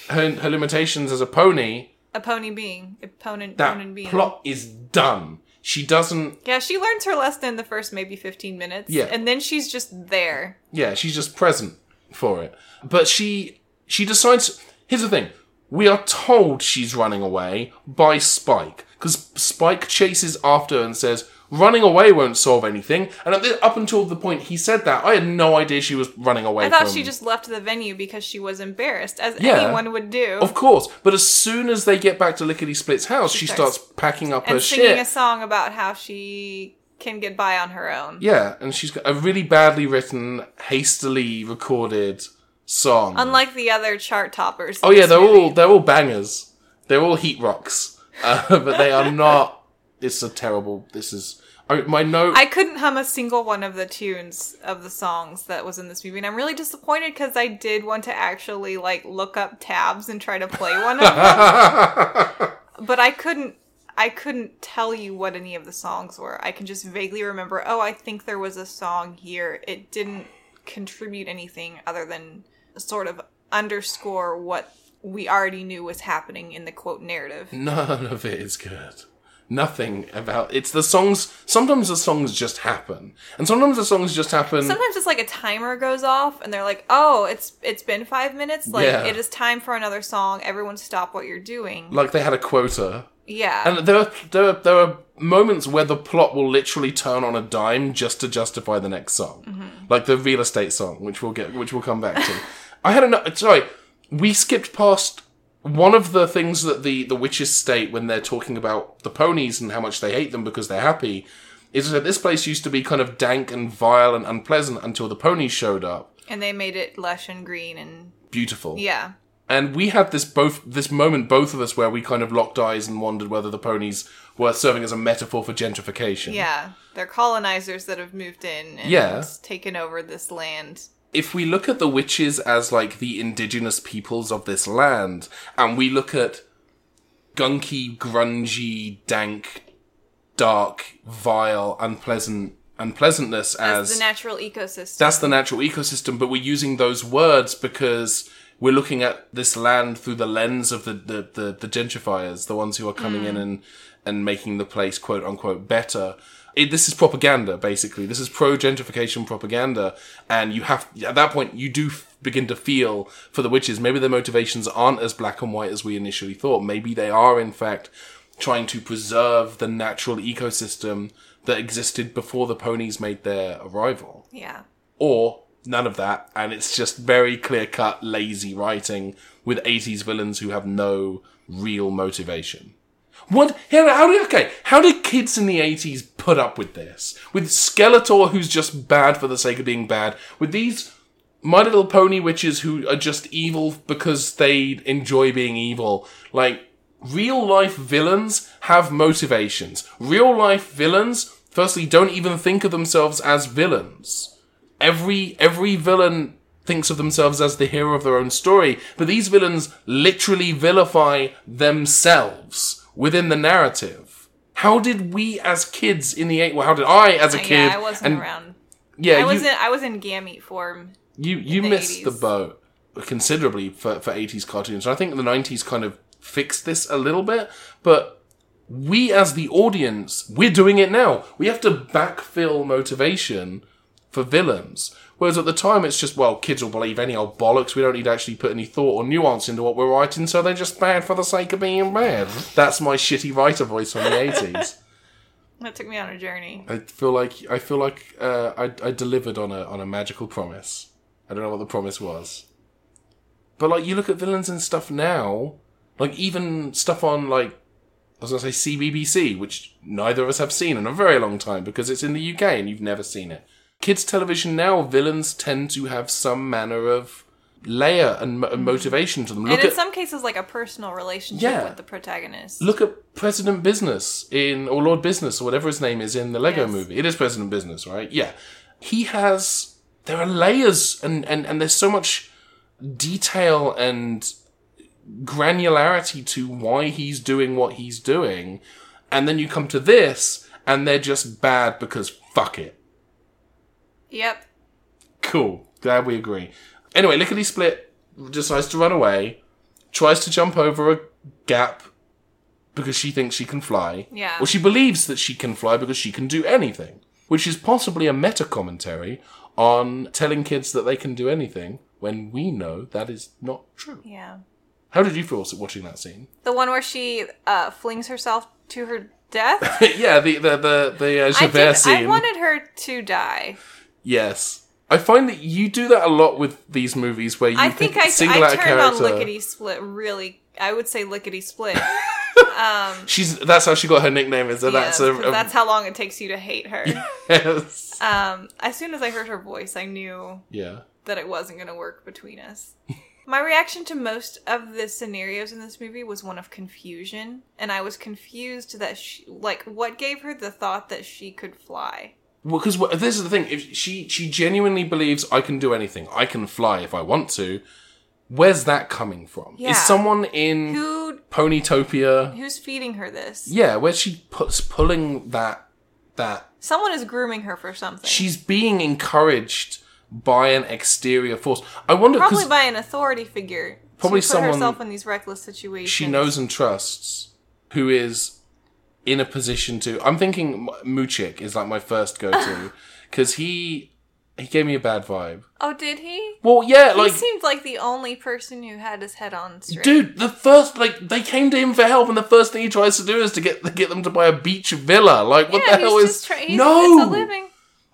her, her limitations as a pony.
a pony being, a ponin,
That
ponin being.
plot is done. She doesn't.
Yeah, she learns her lesson in the first maybe 15 minutes.
Yeah.
And then she's just there.
Yeah, she's just present for it. But she she decides here's the thing. We are told she's running away by Spike because Spike chases after her and says running away won't solve anything. And at the, up until the point he said that, I had no idea she was running away.
I thought
from-
she just left the venue because she was embarrassed, as
Yeah.
anyone would do.
Of course, but as soon as they get back to Lickety Split's house, she, starts,
starts-
packing up her
and singing
shit.
a song about how she can get by on her own.
yeah, and she's got a really badly written, hastily recorded song.
Unlike the other chart toppers.
Oh yeah, they're all they're all bangers. They're all heat rocks, uh, but they are not. It's a terrible. This is I, my note.
I couldn't hum a single one of the tunes of the songs that was in this movie, and I'm really disappointed because I did want to actually like look up tabs and try to play one of them, but I couldn't. I couldn't tell you what any of the songs were. I can just vaguely remember. Oh, I think there was a song here. It didn't contribute anything other than sort of underscore what we already knew was happening in the quote narrative.
None of it is good. Nothing about it's the songs. Sometimes the songs just happen, and sometimes the songs just happen.
Sometimes it's like a timer goes off and they're like, "Oh, it's it's been 5 minutes. Like
Yeah.
it is time for another song. Everyone stop what you're doing."
like they had a quota,
yeah.
and there are, there are, there are moments where the plot will literally turn on a dime just to justify the next song, like the real estate song, which we'll get, which we'll come back to. I had another. Sorry, we skipped past one of the things that the the witches state when they're talking about the ponies and how much they hate them because they're happy. Is that this place used to be kind of dank and vile and unpleasant until the ponies showed up.
and they made it lush and green and
Beautiful
yeah.
and we had this both this moment both of us where we kind of locked eyes and wondered whether the ponies were serving as a metaphor for gentrification
Yeah. They're colonizers that have moved in and
Yeah.
taken over this land.
if we look at the witches as like the indigenous peoples of this land and we look at gunky grungy dank dark vile unpleasant unpleasantness as,
As the natural ecosystem.
that's the natural ecosystem but we're using those words because we're looking at this land through the lens of the the, the, the gentrifiers the ones who are coming in and and making the place quote unquote better it, this is propaganda basically this is pro gentrification propaganda and you have at that point you do f- begin to feel for the witches maybe their motivations aren't as black and white as we initially thought maybe they are in fact trying to preserve the natural ecosystem that existed before the ponies made their arrival
yeah.
or none of that, and it's just very clear cut, lazy writing with 80s villains who have no real motivation. What? How, how did okay? How did kids in the 80s put up with this? With Skeletor, who's just bad for the sake of being bad, with these My Little Pony witches who are just evil because they enjoy being evil. Like, real life villains have motivations. Real life villains, firstly, don't even think of themselves as villains. Every, every villain thinks of themselves as the hero of their own story, but these villains literally vilify themselves within the narrative. How did we as kids in the eight? Well, how did I as a kid?
Uh, yeah, I wasn't
and-
around.
Yeah,
I
you-
was in I was in gamete form.
you you
the
missed
80s.
the boat considerably for for eighties cartoons. And I think the nineties kind of fixed this a little bit, but we as the audience, we're doing it now. We have to backfill motivation for villains. Whereas at the time, it's just well, kids will believe any old bollocks. We don't need to actually put any thought or nuance into what we're writing, so they're just bad for the sake of being bad. That's my shitty writer voice from the eighties.
That took me on a journey.
I feel like I feel like uh, I, I delivered on a on a magical promise. I don't know what the promise was, but like you look at villains and stuff now, like even stuff on like I was gonna say CBBC, which neither of us have seen in a very long time because it's in the UK and you've never seen it. Kids television now, villains tend to have some manner of layer and mo- motivation to them. Look
and in
at
some cases, like a personal relationship
Yeah.
with the protagonist.
Look at President Business in or Lord Business or whatever his name is in the Lego
Yes.
movie. It is President Business, right? Yeah. He has there are layers and, and, and there's so much detail and granularity to why he's doing what he's doing. And then you come to this and they're just bad because fuck it.
Yep.
Cool. Glad we agree. Anyway, Lickety Split decides to run away, tries to jump over a gap because she thinks she can fly.
Yeah.
Or she believes that she can fly because she can do anything, which is possibly a meta commentary on telling kids that they can do anything when we know that is not true.
Yeah.
How did you feel watching that scene?
The one where she uh, flings herself to her death.
yeah, the the the, the uh,
I,
Javert
did,
scene.
I wanted her to die.
Yes. I find that you do that a lot with these movies where you
I think
pick-
I,
single
I
out a
turned on
Hmm. character.
Lickety Split really. I would say Lickety Split. um,
She's that's how she got her nickname. Is that
yes,
that's a,
'cause
a-
that's how long it takes you to hate her.
yes.
um, as soon as I heard her voice, I knew
yeah.
that it wasn't going to work between us. My reaction to most of the scenarios in this movie was one of confusion, and I was confused that she, like, what gave her the thought that she could fly?
Well, because this is the thing. If she she genuinely believes I can do anything, I can fly if I want to. Where's that coming from?
Yeah.
Is someone in
Who
Ponytopia?
who's feeding her this?
Yeah, where she puts pulling that that
Someone is grooming her for something.
she's being encouraged by an exterior force. I wonder
probably
because
by an authority figure.
Probably
to put
someone
herself in these reckless situations.
she knows and trusts who is in a position to. I'm thinking Muchik is like my first go to because he he gave me a bad vibe.
Oh, did he?
Well, yeah, like
he seemed like the only person who had his head on straight.
Dude, the first like they came to him for help, and the first thing he tries to do is to get get them to buy a beach villa. Like, what
yeah,
the hell
he's
is
just tra- he's,
no?
it's a living.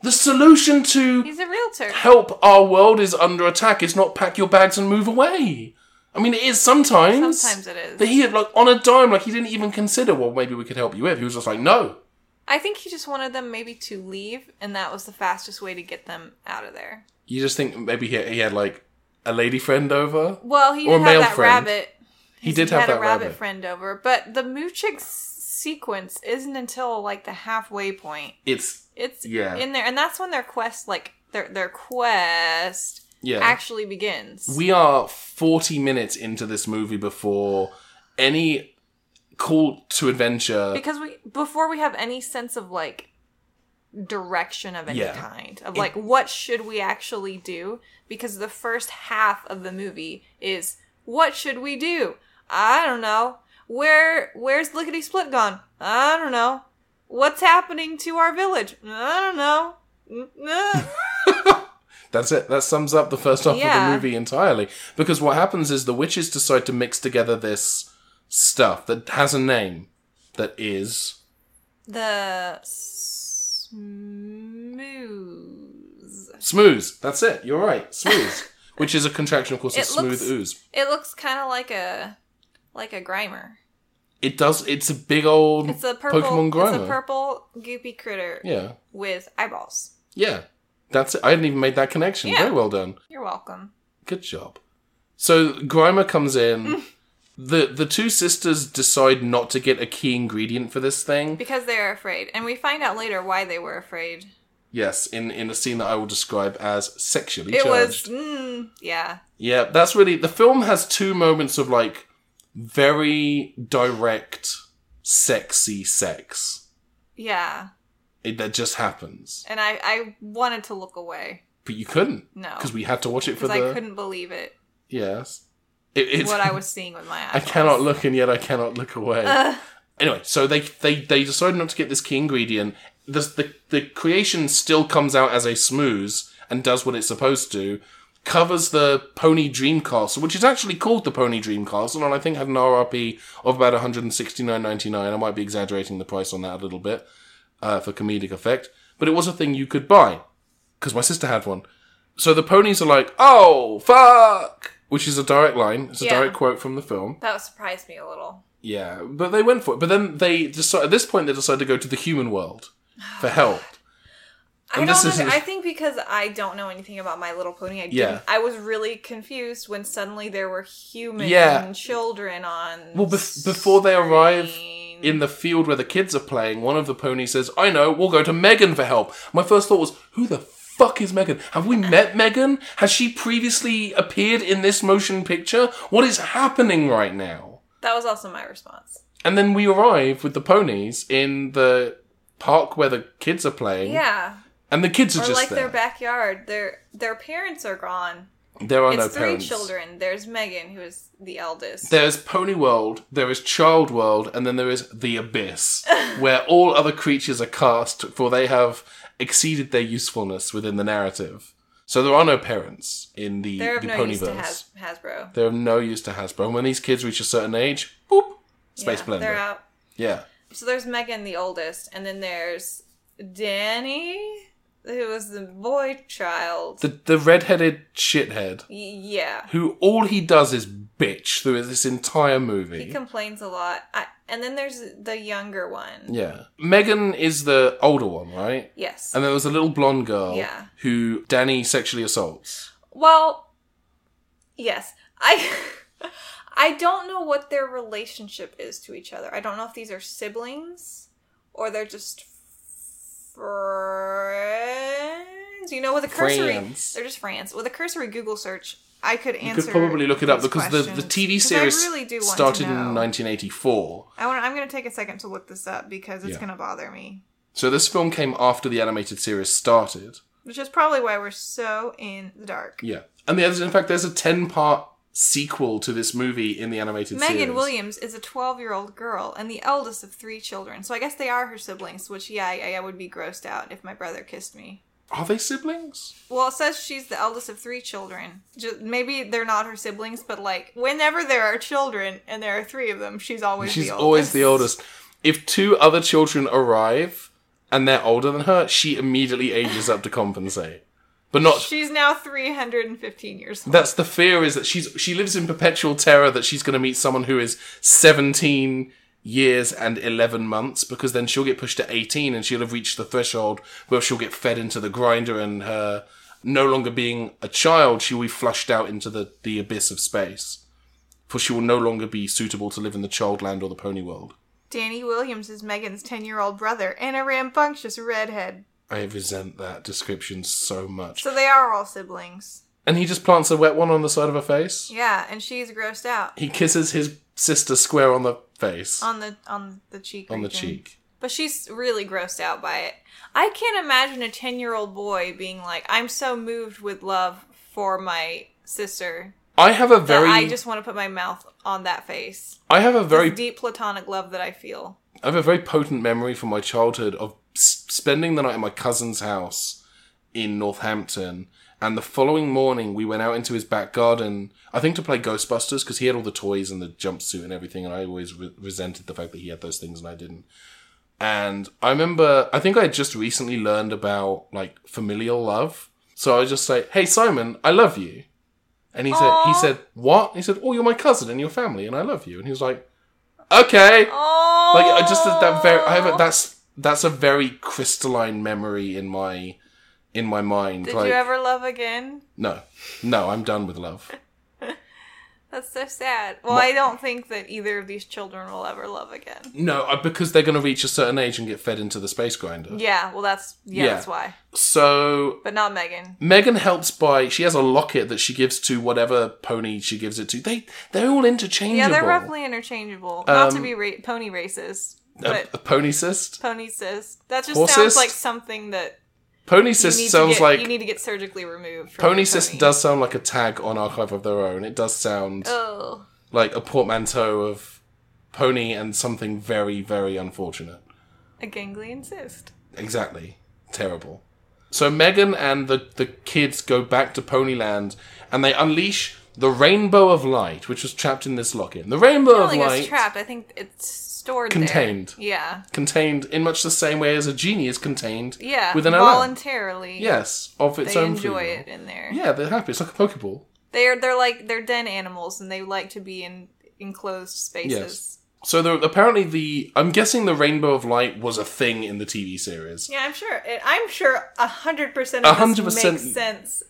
The solution to
He's a realtor.
help our world is under attack. Is not pack your bags and move away. I mean, it is sometimes.
Sometimes it is.
But he had like on a dime, like he didn't even consider. Well, maybe we could help you with. He was just like, no.
I think he just wanted them maybe to leave, and that was the fastest way to get them out of there.
You just think maybe he, he had like a lady friend over.
Well, he
Or
did
male
have that
friend.
rabbit.
He did have
had
that
a rabbit,
rabbit.
friend over, but the Moochik s- sequence isn't until like the halfway point.
It's
It's
Yeah.
in there, and that's when their quest, like their their quest,
yeah.
actually begins.
We are 40 minutes into this movie before any call to adventure.
because we before we have any sense of like direction of any
Yeah.
kind of like what should we actually do because the first half of the movie is what should we do i don't know where where's lickety split gone i don't know what's happening to our village i don't know Mm,
That's it. That sums up the first half
Yeah.
of the movie entirely. Because what happens is the witches decide to mix together this stuff that has a name that is.
the smooth
Smooze. That's it. You're right. Smooze. Which is a contraction, of course, of
It
smooth
looks-
ooze.
it looks kind of like a like a grimer
It does. It's a big old
It's a purple.
Pokemon Grimer.
It's a purple goopy critter
Yeah.
with eyeballs.
Yeah. That's it. I hadn't even made that connection.
Yeah.
Very well done.
You're welcome.
Good job. So Grimer comes
Mm.
in. the the two sisters decide not to get a key ingredient for this thing.
Because they're afraid. And we find out later why they were afraid.
Yes, in in a scene that I will describe as sexually
It was,
charged.
mm, yeah.
Yeah, that's really the film has two moments of like very direct sexy sex.
Yeah.
It that just happens.
And I, I wanted to look away
But you couldn't.
No.
Because we had to watch it for
because
the
I couldn't believe it.
Yes. It, it's,
What I was seeing with my eyes.
I cannot look and yet I cannot look away. Anyway, so they they they decide not to get this key ingredient. The, the the creation still comes out as a smooze and does what it's supposed to. Covers the Pony Dream Castle, which is actually called the Pony Dream Castle, and I think had an RRP of about 169.99. I might be exaggerating the price on that a little bit uh, for comedic effect, but it was a thing you could buy because my sister had one. So the ponies are like, "Oh fuck," which is a direct line. It's a
Yeah.
direct quote from the film.
That surprised me a little.
Yeah, but they went for it. But then they decide at this point they decide to go to the human world for help.
I
And
don't.
this
Under-
is-
I think because I don't know anything about My Little Pony. I didn't,
Yeah.
I was really confused when suddenly there were human
Yeah.
children on.
Well, bef- before they arrive
screen.
in the field where the kids are playing, one of the ponies says, "I know, we'll go to Megan for help." My first thought was, "Who the fuck is Megan? Have we met Megan? Has she previously appeared in this motion picture? What is happening right now?"
that was also my response.
And then we arrive with the ponies in the park where the kids are playing,
Yeah,
and the kids are
or
just
like
there.
their backyard. Their their parents are gone.
there are
it's
Oh, no
three
parents.
children. There's Megan, who is the eldest.
There's Pony World, there is Child World, and then there is the Abyss, where all other creatures are cast, for they have exceeded their usefulness within the narrative. So there are no parents in the,
They're of
the
no use to
Ponyverse.
Has- Hasbro.
They're of no use to Hasbro. And when these kids reach a certain age, boop, Space
yeah, They're
Blender.
out.
Yeah.
So there's Megan, the oldest, and then there's Danny, who was the boy child.
The, the redheaded shithead,
Y- yeah.
who all he does is bitch through this entire movie.
He complains a lot. I, and then there's the younger one.
yeah. Megan is the older one, right?
Yes.
And there was a little blonde girl
Yeah.
who Danny sexually assaults.
well, yes. I I don't know what their relationship is to each other. I don't know if these are siblings or they're just friends. You know, with a cursory,
Friends.
they're just friends. With a cursory Google search, I could
You
answer.
could probably look it up
these
because the, the
questions.
TV
'Cause I
series
really do want to
started in
know.
1984.
I want. I'm going to take a second to look this up because it's
Yeah.
going to bother me.
So this film came after the animated series started.
Which is probably why we're so in the dark.
Yeah. And the other, in fact, there's a 10 part sequel to this movie in the animated
Megan
series.
Williams is a 12 year old girl and the eldest of three children. So I guess they are her siblings, which, yeah, I, I would be grossed out if my brother kissed me.
Are they siblings?
Well, it says she's the eldest of three children. Ju- maybe they're not her siblings, but like, whenever there are children and there are three of them, she's always
She's
the oldest.
always the oldest. If two other children arrive and they're older than her, she immediately ages up to compensate. But not
She's now 315 years old.
That's the fear is that she's she lives in perpetual terror that she's going to meet someone who is 17 years and 11 months because then she'll get pushed to 18 and she'll have reached the threshold where she'll get fed into the grinder and her no longer being a child she'll be flushed out into the the abyss of space for she will no longer be suitable to live in the childland or the pony world.
Danny Williams is Megan's 10 year old brother and a rambunctious redhead.
I resent that description so much.
So they are all siblings.
And he just plants a wet one on the side of her face.
Yeah, and she's grossed out
He kisses his sister square on the face.
on the on the cheek.
on the
region.
cheek.
But she's really grossed out by it. I can't imagine a 10 year old boy being like, I'm so moved with love for my sister
I have a very,
that I just want to put my mouth on that face.
I have a very,
This deep platonic love that I feel.
I have a very potent memory from my childhood of s- spending the night at my cousin's house in Northampton, and the following morning we went out into his back garden. I think to play Ghostbusters because he had all the toys and the jumpsuit and everything, and I always re- resented the fact that he had those things and I didn't. And I remember, I think I had just recently learned about like familial love, so I was just like, "Hey Simon, I love you," and he said, "He
Aw.
said what?" He said, "Oh, you're my cousin and your family, and I love you," and he was like, "Okay."
Oh,
like I just that very I have a, that's that's a very crystalline memory in my in my mind.
Did
like,
you ever love again?
No, no, I'm done with love.
That's so sad. Well, I don't think that either of these children will ever love again.
No, I- because they're going to reach a certain age and get fed into the space grinder.
Yeah, well, that's yeah,
Yeah.
that's why.
So
But not Megan.
Megan helps by she has a locket that she gives to whatever pony she gives it to. They they're all interchangeable. Um,
Yeah, they're roughly interchangeable. Not to be ra- pony racist,
a,
but
a pony cyst.
pony cis. That just
Horsist?
sounds like something that
Pony
you need
cyst
to
sounds
get, you
like
need to get surgically removed. From
pony
your
cyst
pony.
does sound like a tag on Archive of Their Own. It does sound
Oh,
like a portmanteau of pony and something very very unfortunate.
a ganglion cyst.
Exactly. Terrible. So Megan and the, the kids go back to Ponyland and they unleash the rainbow of light, which was trapped in this locket. And the rainbow
I
of
don't think it's
light
trapped. I think it's stored there.
Contained.
Yeah,
contained in much the same way as a genie is contained
yeah.
with an alarm.
voluntarily.
Yes, of its
they
own free
enjoy
will.
it in there.
Yeah, they're happy. It's like a Pokeball.
They're they're like they're den animals and they like to be in enclosed spaces.
So the, apparently the I'm guessing the rainbow of light was a thing in the TV series.
Yeah, I'm sure. It, I'm sure a hundred percent of this
100%.
makes sense.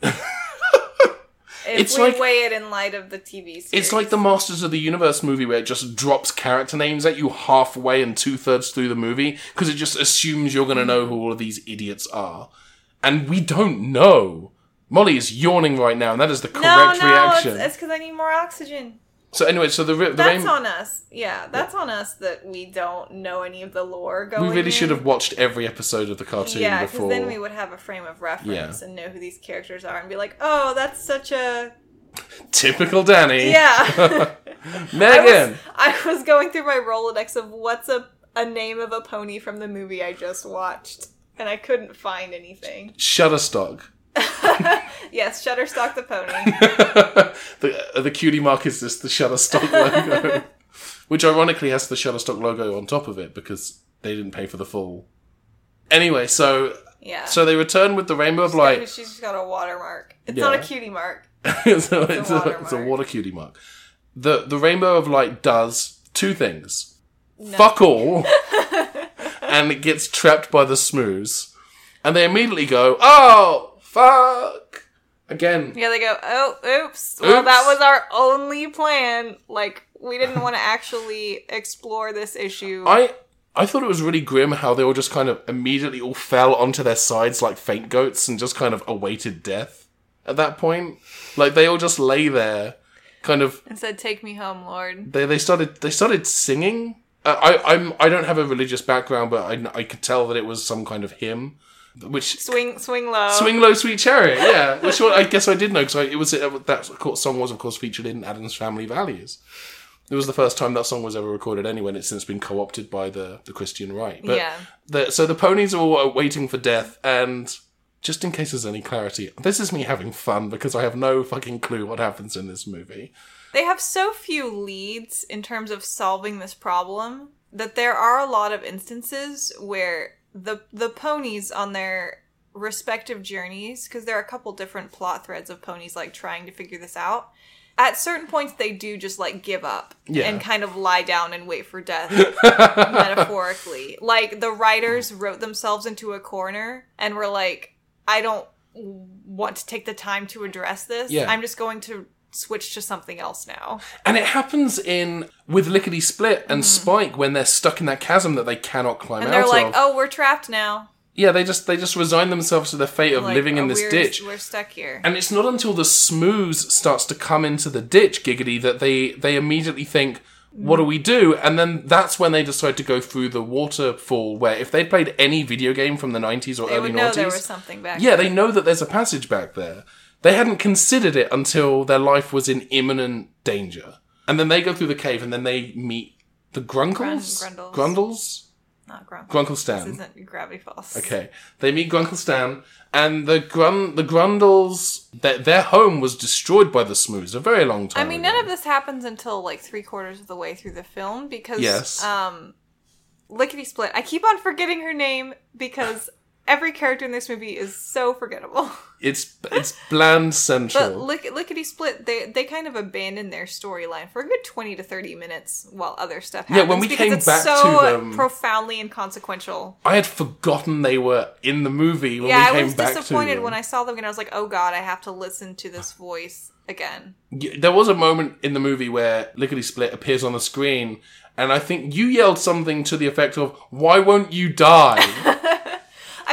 if
It's
we
like-
weigh it in light of the TV series,
It's like the Masters of the Universe movie where it just drops character names at you halfway and two thirds through the movie because it just assumes you're going to know who all of these idiots are. And we don't know. Molly is yawning right now, and that is the correct
no, no,
reaction.
it's because I need more oxygen.
So, anyway, so the, ra- the
That's
rain-
on us. Yeah, that's on us that we don't know any of the lore going.
we really
in.
should have watched every episode of the cartoon
Yeah, because
before.
then we would have a frame of reference
Yeah.
and know who these characters are and be like, oh, that's such a
Typical Danny.
yeah. I
Megan.
was, I was going through my Rolodex of what's a, a name of a pony from the movie I just watched, and I couldn't find anything.
Shutterstock.
Yes, Shutterstock the pony.
the uh, the cutie mark is this the Shutterstock logo, which ironically has the Shutterstock logo on top of it because they didn't pay for the full. Anyway, so
Yeah.
so they return with the rainbow of light.
She's got a watermark. It's not a
Yeah.
cutie mark.
so it's, a,
watermark.
it's a water cutie mark. The the rainbow of light does two things: fuck all, and it gets trapped by the smooze, and they immediately go, "Oh fuck!" Again,
Yeah, they go, oh, oops. Well, that
Oops.
was our only plan. Like, we didn't want to actually explore this issue.
I I thought it was really grim how they all just kind of immediately all fell onto their sides like faint goats and just kind of awaited death at that point. Like they all just lay there, kind of.
and said, take me home, Lord.
They they started they started singing. Uh, I I'm I don't have a religious background, but I I could tell that it was some kind of hymn, which.
Swing, swing low.
Swing low, sweet chariot. Yeah, which one, I guess I did know because it was uh, that song was of course featured in Adam's Family Values. It was the first time that song was ever recorded anyway, and it's since been co-opted by the the Christian right. But
Yeah.
the, so the ponies are all uh, waiting for death, and just in case there's any clarity, this is me having fun because I have no fucking clue what happens in this movie.
They have so few leads in terms of solving this problem that there are a lot of instances where the the ponies on their respective journeys because there are a couple different plot threads of ponies like trying to figure this out at certain points they do just like give up
Yeah.
and kind of lie down and wait for death metaphorically like the writers wrote themselves into a corner and were like i don't want to take the time to address this
Yeah.
i'm just going to switch to something else now
And it happens in with Lickety Split and Spike when they're stuck in that chasm that they cannot climb
Mm. and
out
they're like
of.
oh we're trapped now
Yeah, they just they just resign themselves to the fate of
Like,
living
oh,
in this
we're,
ditch.
we're stuck here
And it's not until the smooze starts to come into the ditch, Giggity, that they they immediately think, "What do we do?" And then that's when they decide to go through the waterfall. Where if they'd played any video game from the nineties or
they
early
would know there was
noughties,
something back
yeah, they know that there's a passage back there. They hadn't considered it until their life was in imminent danger. And then they go through the cave, and then they meet the Grunkles,
Grun- Grundles.
Grundles,
not grunkle
Grunkle Stan.
this isn't gravity falls
Okay, they meet Grunkle Stan, and the Grun the Grundles their their home was destroyed by the Smooths a very long
I
time.
mean,
ago.
none of this happens until like three quarters of the way through the film because
Yes.
um, Lickety Split. I keep on forgetting her name because every character in this movie is so forgettable.
It's it's bland
But
central.
look, lickety split, they they kind of abandoned their storyline for a good twenty to thirty minutes while other stuff
Yeah,
happens.
when we
because
came
it's
back
so
to them-
profoundly inconsequential.
I had forgotten they were in the movie when
yeah,
we
I
came
was
back to
disappointed
them.
when I saw them, and I was like, oh god, I have to listen to this voice again.
Y- There was a moment in the movie where Lickety Split appears on the screen, and I think you yelled something to the effect of "Why won't you die?"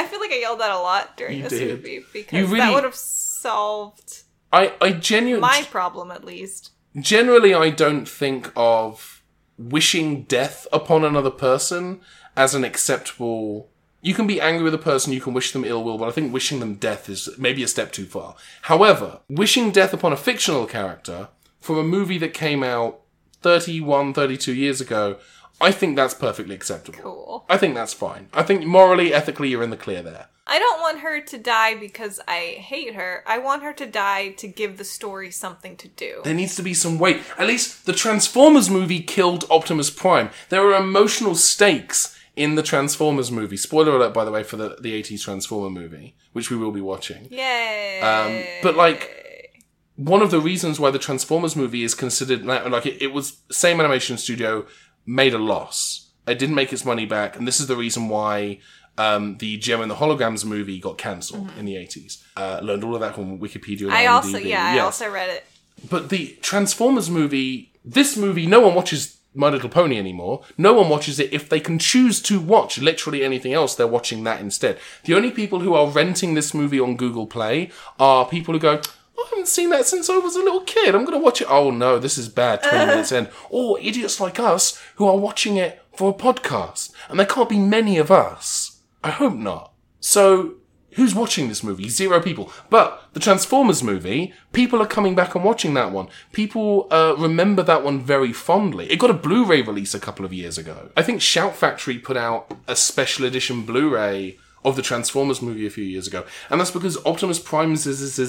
I feel like I yelled that a lot during
You
this
did.
movie because
You really-
that would have solved
I I genuinely
my problem at least.
generally I don't think of wishing death upon another person as an acceptable. You can be angry with a person, you can wish them ill will, but I think wishing them death is maybe a step too far. However, wishing death upon a fictional character from a movie that came out 31, 32 years ago, I think that's perfectly acceptable.
Cool.
I think that's fine. I think morally, ethically, you're in the clear there.
I don't want her to die because I hate her. I want her to die to give the story something to do.
There needs to be some weight. At least the Transformers movie killed Optimus Prime. There are emotional stakes in the Transformers movie. Spoiler alert, by the way, for the, the 80s Transformer movie, which we will be watching.
Yay.
Um, but like, one of the reasons why the Transformers movie is considered like it, it was same animation studio made a loss. It didn't make its money back, and this is the reason why um, the Gem and the Holograms movie got canceled in the 80s. Uh, learned all of that from Wikipedia. And
Mm-hmm. I also
IMDb.
yeah, I
Yes.
also read it.
But the Transformers movie, this movie, no one watches My Little Pony anymore. No one watches it. If they can choose to watch literally anything else, they're watching that instead. The only people who are renting this movie on Google Play are people who go, "Oh, I haven't seen that since I was a little kid. I'm going to watch it. Oh no, this is bad. 20 minutes in. Or idiots like us who are watching it for a podcast. And there can't be many of us. I hope not. So, who's watching this movie? Zero people. But the Transformers movie, people are coming back and watching that one. People uh, remember that one very fondly. It got a Blu ray release a couple of years ago. I think Shout Factory put out a special edition Blu ray of the Transformers movie a few years ago. And that's because Optimus Prime's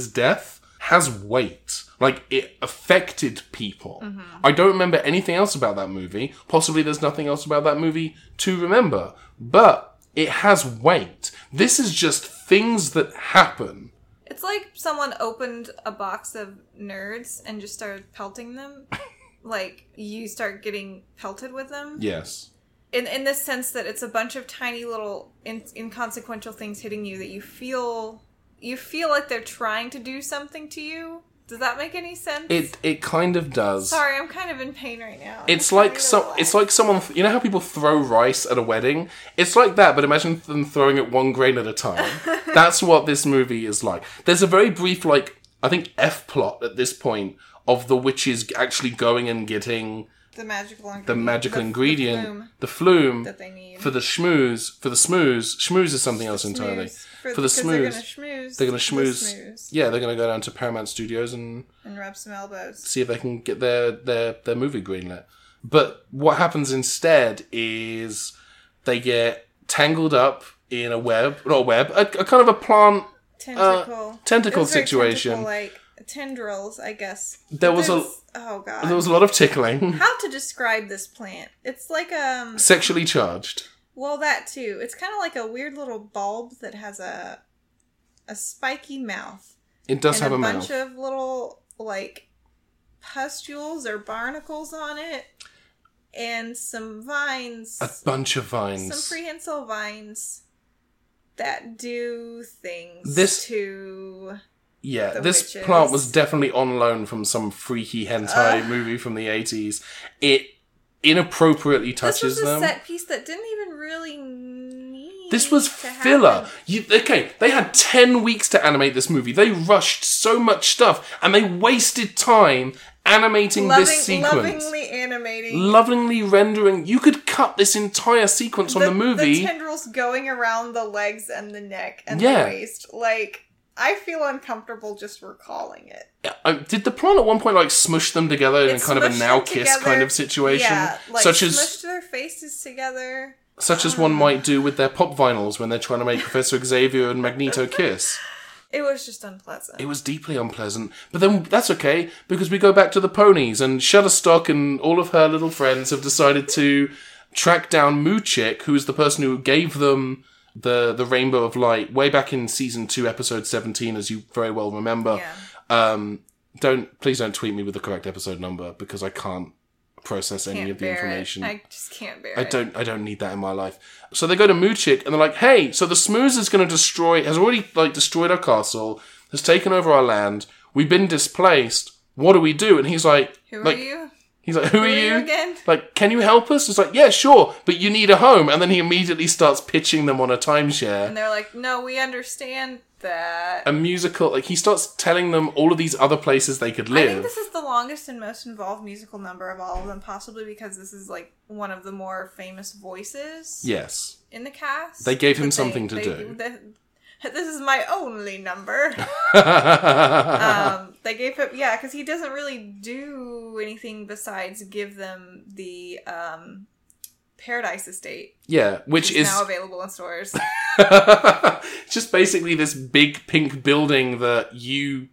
death has weight. Like, it affected people. I don't remember anything else about that movie. Possibly there's nothing else about that movie to remember. But it has weight. This is just things that happen.
It's like someone opened a box of nerds and just started pelting them. like you start getting pelted with them.
Yes.
In in the sense that it's a bunch of tiny little in, inconsequential things hitting you that you feel you feel like they're trying to do something to you. Does that make any sense?
It it kind of does.
Sorry, I'm kind of in pain right now.
It's like so. It's like someone. You know how people throw rice at a wedding. It's like that, but imagine them throwing it one grain at a time. That's what this movie is like. There's a very brief, like I think F plot at this point of the witches actually going and getting
the magical ingredient.
the magical
the
ingredient,
flume
the flume,
that they need
for the schmooze. For the smooze, schmooze is something else entirely.
Schmooze.
For, the
'cause
smooze,
They're gonna schmooze.
They're gonna
the
schmooze.
smooze
Yeah, they're gonna go down to Paramount Studios and
and rub some elbows.
see if they can get their their their movie greenlit. But what happens instead is they get tangled up in a web, not a web, a, a kind of a plant.
Tentacle.
Uh, tentacle
It was very
situation.
tentacle, like tendrils, I guess.
There was a-
There's- Oh god.
There was a lot of tickling,
How to describe this plant? It's like um.
sexually charged.
Well, that too. It's kind of like a weird little bulb that has a a spiky mouth
It does have
and
a,
a, bunch
mouth.
of little like pustules or barnacles on it, and some vines.
a bunch of vines.
some prehensile vines that do things
This-
to
Yeah,
the
this
witches.
plant was definitely on loan from some freaky hentai movie from the eighties. It inappropriately
this
touches
was a
them.
set piece that didn't even really need
This was
to happen.
filler. You, okay, they had 10 weeks to animate this movie. They rushed so much stuff and they wasted time animating
Loving,
this sequence. Lovingly.
lovingly animating
rendering. You could cut this entire sequence on the movie.
the tendrils going around the legs and the neck and
Yeah.
the waist like i feel uncomfortable just recalling it
Uh, did the plant at one point like smush them together in
It
kind of a
smushed
now
them
kiss
together.
kind of situation?
yeah, like
such as
smushed their faces together
such as one might do with their pop vinyls when they're trying to make Professor Xavier and Magneto kiss.
it was just unpleasant
It was deeply unpleasant, but then that's okay because we go back to the ponies and Shutterstock and all of her little friends have decided to track down Moochick, who is the person who gave them the the Rainbow of Light way back in season two, episode seventeen, as you very well remember.
Yeah.
Um, don't please don't tweet me with the correct episode number because I can't process any
Can't
of the
bear
information.
It. I just can't bear
I
it.
don't I don't need that in my life. So they go to Moochick and they're like, hey, so the Smooze is gonna destroy has already like destroyed our castle, has taken over our land, we've been displaced, what do we do? And he's like
Who
like,
are you?
He's like, Who, are,
are
you?
you again?
Like, can you help us? It's like, yeah, sure, but you need a home. And then he immediately starts pitching them on a timeshare.
And they're like, no, we understand that.
A musical like he starts telling them all of these other places they could
I
live.
think this is the longest and most involved musical number of all of them, possibly because this is like one of the more famous voices
yes.
in the cast.
They gave him
But they-
something to
they-
do.
they- this is my only number. um, they gave him, yeah, because he doesn't really do anything besides give them the um, Paradise Estate,
yeah, which
which
is
is now available in stores.
It's just basically this big pink building that you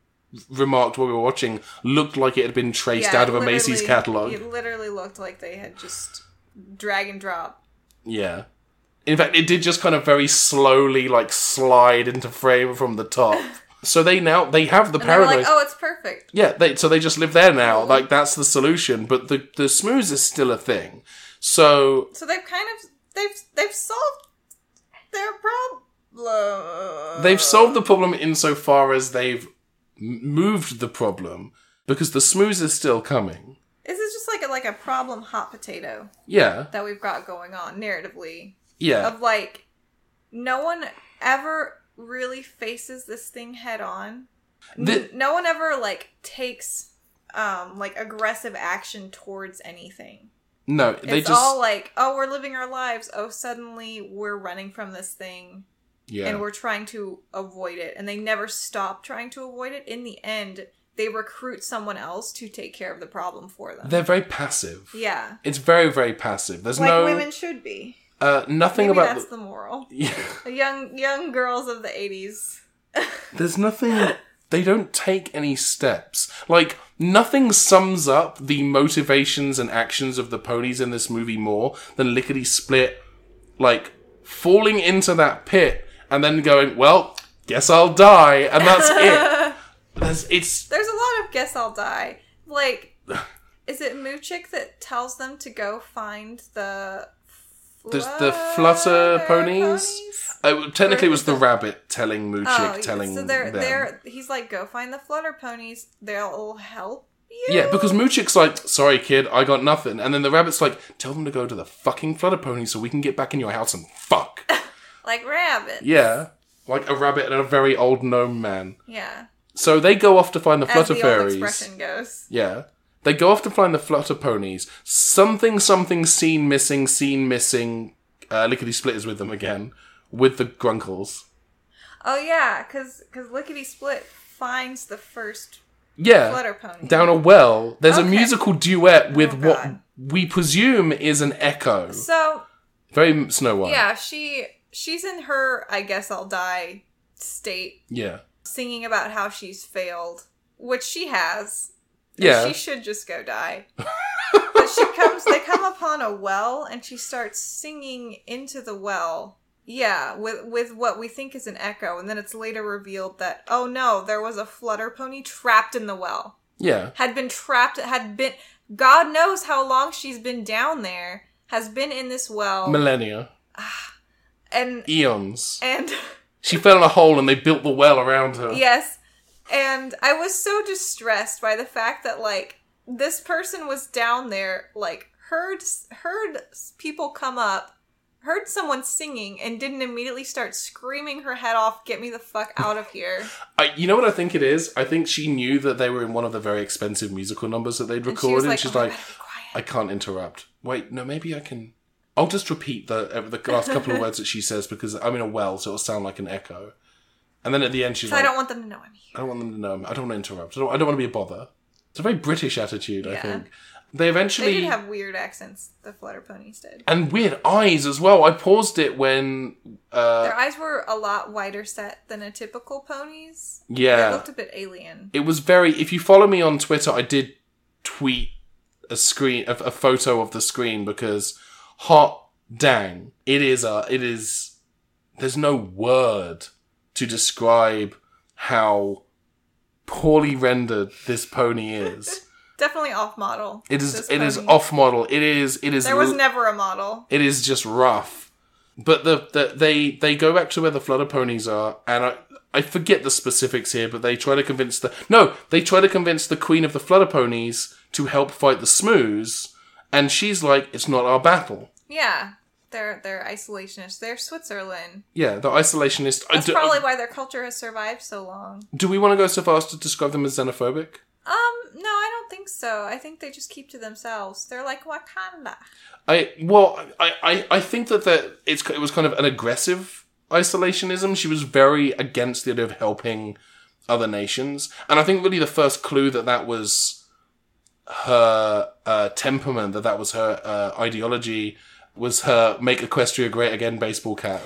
remarked while we were watching looked like it had been traced
Yeah,
out of a
it
Macy's
literally-
catalog.
It literally looked like they had just drag and drop.
Yeah. In fact, it did just kind of very slowly like slide into frame from the top. so they now they have the
And they were
paradise.
like, oh, it's perfect.
Yeah, they, so they just live there now. Like that's the solution. But the the smooze is still a thing. So
So they've kind of they've they've solved their problem.
they've solved the problem insofar as they've m- moved the problem because the smooze is still coming.
This is just like a, like a problem hot potato
Yeah,
that we've got going on narratively
yeah.
of like no one ever really faces this thing head on. N-
The-
no one ever like takes um like aggressive action towards anything.
no, they
it's
just
all like, oh, we're living our lives. Oh, suddenly we're running from this thing
yeah.
and we're trying to avoid it. And they never stop trying to avoid it. In the end, they recruit someone else to take care of the problem for them.
They're very passive.
yeah.
It's very very passive. There's
Like
no
women should be.
uh, nothing
Maybe
about
that's the moral.
yeah.
Young young girls of the 80s.
There's nothing. They don't take any steps. Like, nothing sums up the motivations and actions of the ponies in this movie more than Lickety Split, like, falling into that pit and then going, well, guess I'll die. And that's it. That's, it's.
There's a lot of guess I'll die. Like, is it Moochick that tells them to go find the.
There's the flutter ponies. Uh, technically, it was the
Or-
rabbit telling Moochick,
Oh, yeah,
telling
so they're
them.
they're he's like go find the flutter ponies they'll help you
Yeah, because Moochick's like, sorry, kid, I got nothing. And then the rabbit's like, tell them to go to the fucking Flutter Pony so we can get back in your house and fuck.
like rabbit
Yeah, like a rabbit and a very old gnome man.
yeah
So they go off to find the
as
flutter
the old
fairies.
expression goes
Yeah, they go off to find the flutter ponies. Something, something, scene missing, scene missing. Uh, Lickety Split is with them again, with the Grunkles.
oh yeah because because lickety split finds the first
Yeah,
flutter pony
down a well. There's a
Okay.
musical duet with
Oh,
what
God.
we presume is an echo.
so
Very Snow White.
yeah she she's in her i guess i'll die state
yeah,
singing about how she's failed which she has And
yeah.
She should just go die. but she comes they come upon a well and she starts singing into the well. Yeah, with with what we think is an echo, and then it's later revealed that oh no, there was a flutter pony trapped in the well.
yeah.
Had been trapped had been God knows how long she's been down there, has been in this well
Millennia,
and
eons.
Oh. and
She fell in a hole and they built the well around her.
Yes. And I was so distressed by the fact that like this person was down there like heard heard people come up, heard someone singing and didn't immediately start screaming her head off, "Get me the fuck out of here."
I, you know what I think it is? I think she knew that they were in one of the very expensive musical numbers that they'd
And she
recorded.
was
And,
like,
she's
"Oh, I
like,
gotta be quiet."
I can't interrupt. Wait, no, maybe I can. I'll just repeat the uh, the last couple of words that she says because I'm in a well, so it'll sound like an echo. And then at the end, she's
'Cause I
like,
don't want them to know I'm here.
I don't want them to know. I don't want to interrupt. I don't, I don't want to be a bother. It's a very British attitude, I
Yeah.
think. They eventually
They did have weird accents. The flutter ponies did.
and weird eyes as well. I paused it when, uh,
Their eyes were a lot wider set than a typical pony's.
yeah,
They looked a bit alien.
it was very if you follow me on twitter i did tweet a screen a, a photo of the screen because hot dang it is a it is there's no word to describe how poorly rendered this pony is.
Definitely off model.
It is
This
it is
pony.
off model. It is it is
There was
l-
never a model.
it is just rough. But the, the they they go back to where the flutter ponies are, and I I forget the specifics here, but they try to convince the no, they try to convince the queen of the flutter ponies to help fight the smoos, and she's like, "It's not our battle."
Yeah. They're they're isolationists. They're Switzerland.
Yeah, the isolationist. I
That's
do,
probably why their culture has survived so long.
do we want to go so far as to describe them as xenophobic?
Um, no, I don't think so. I think they just keep to themselves. They're like Wakanda.
I well, I I, I think that the, it's it was kind of an aggressive isolationism. She was very against the idea of helping other nations, and I think really the first clue that that was her uh, temperament, that that was her uh, ideology, was her "Make Equestria Great Again" baseball cap.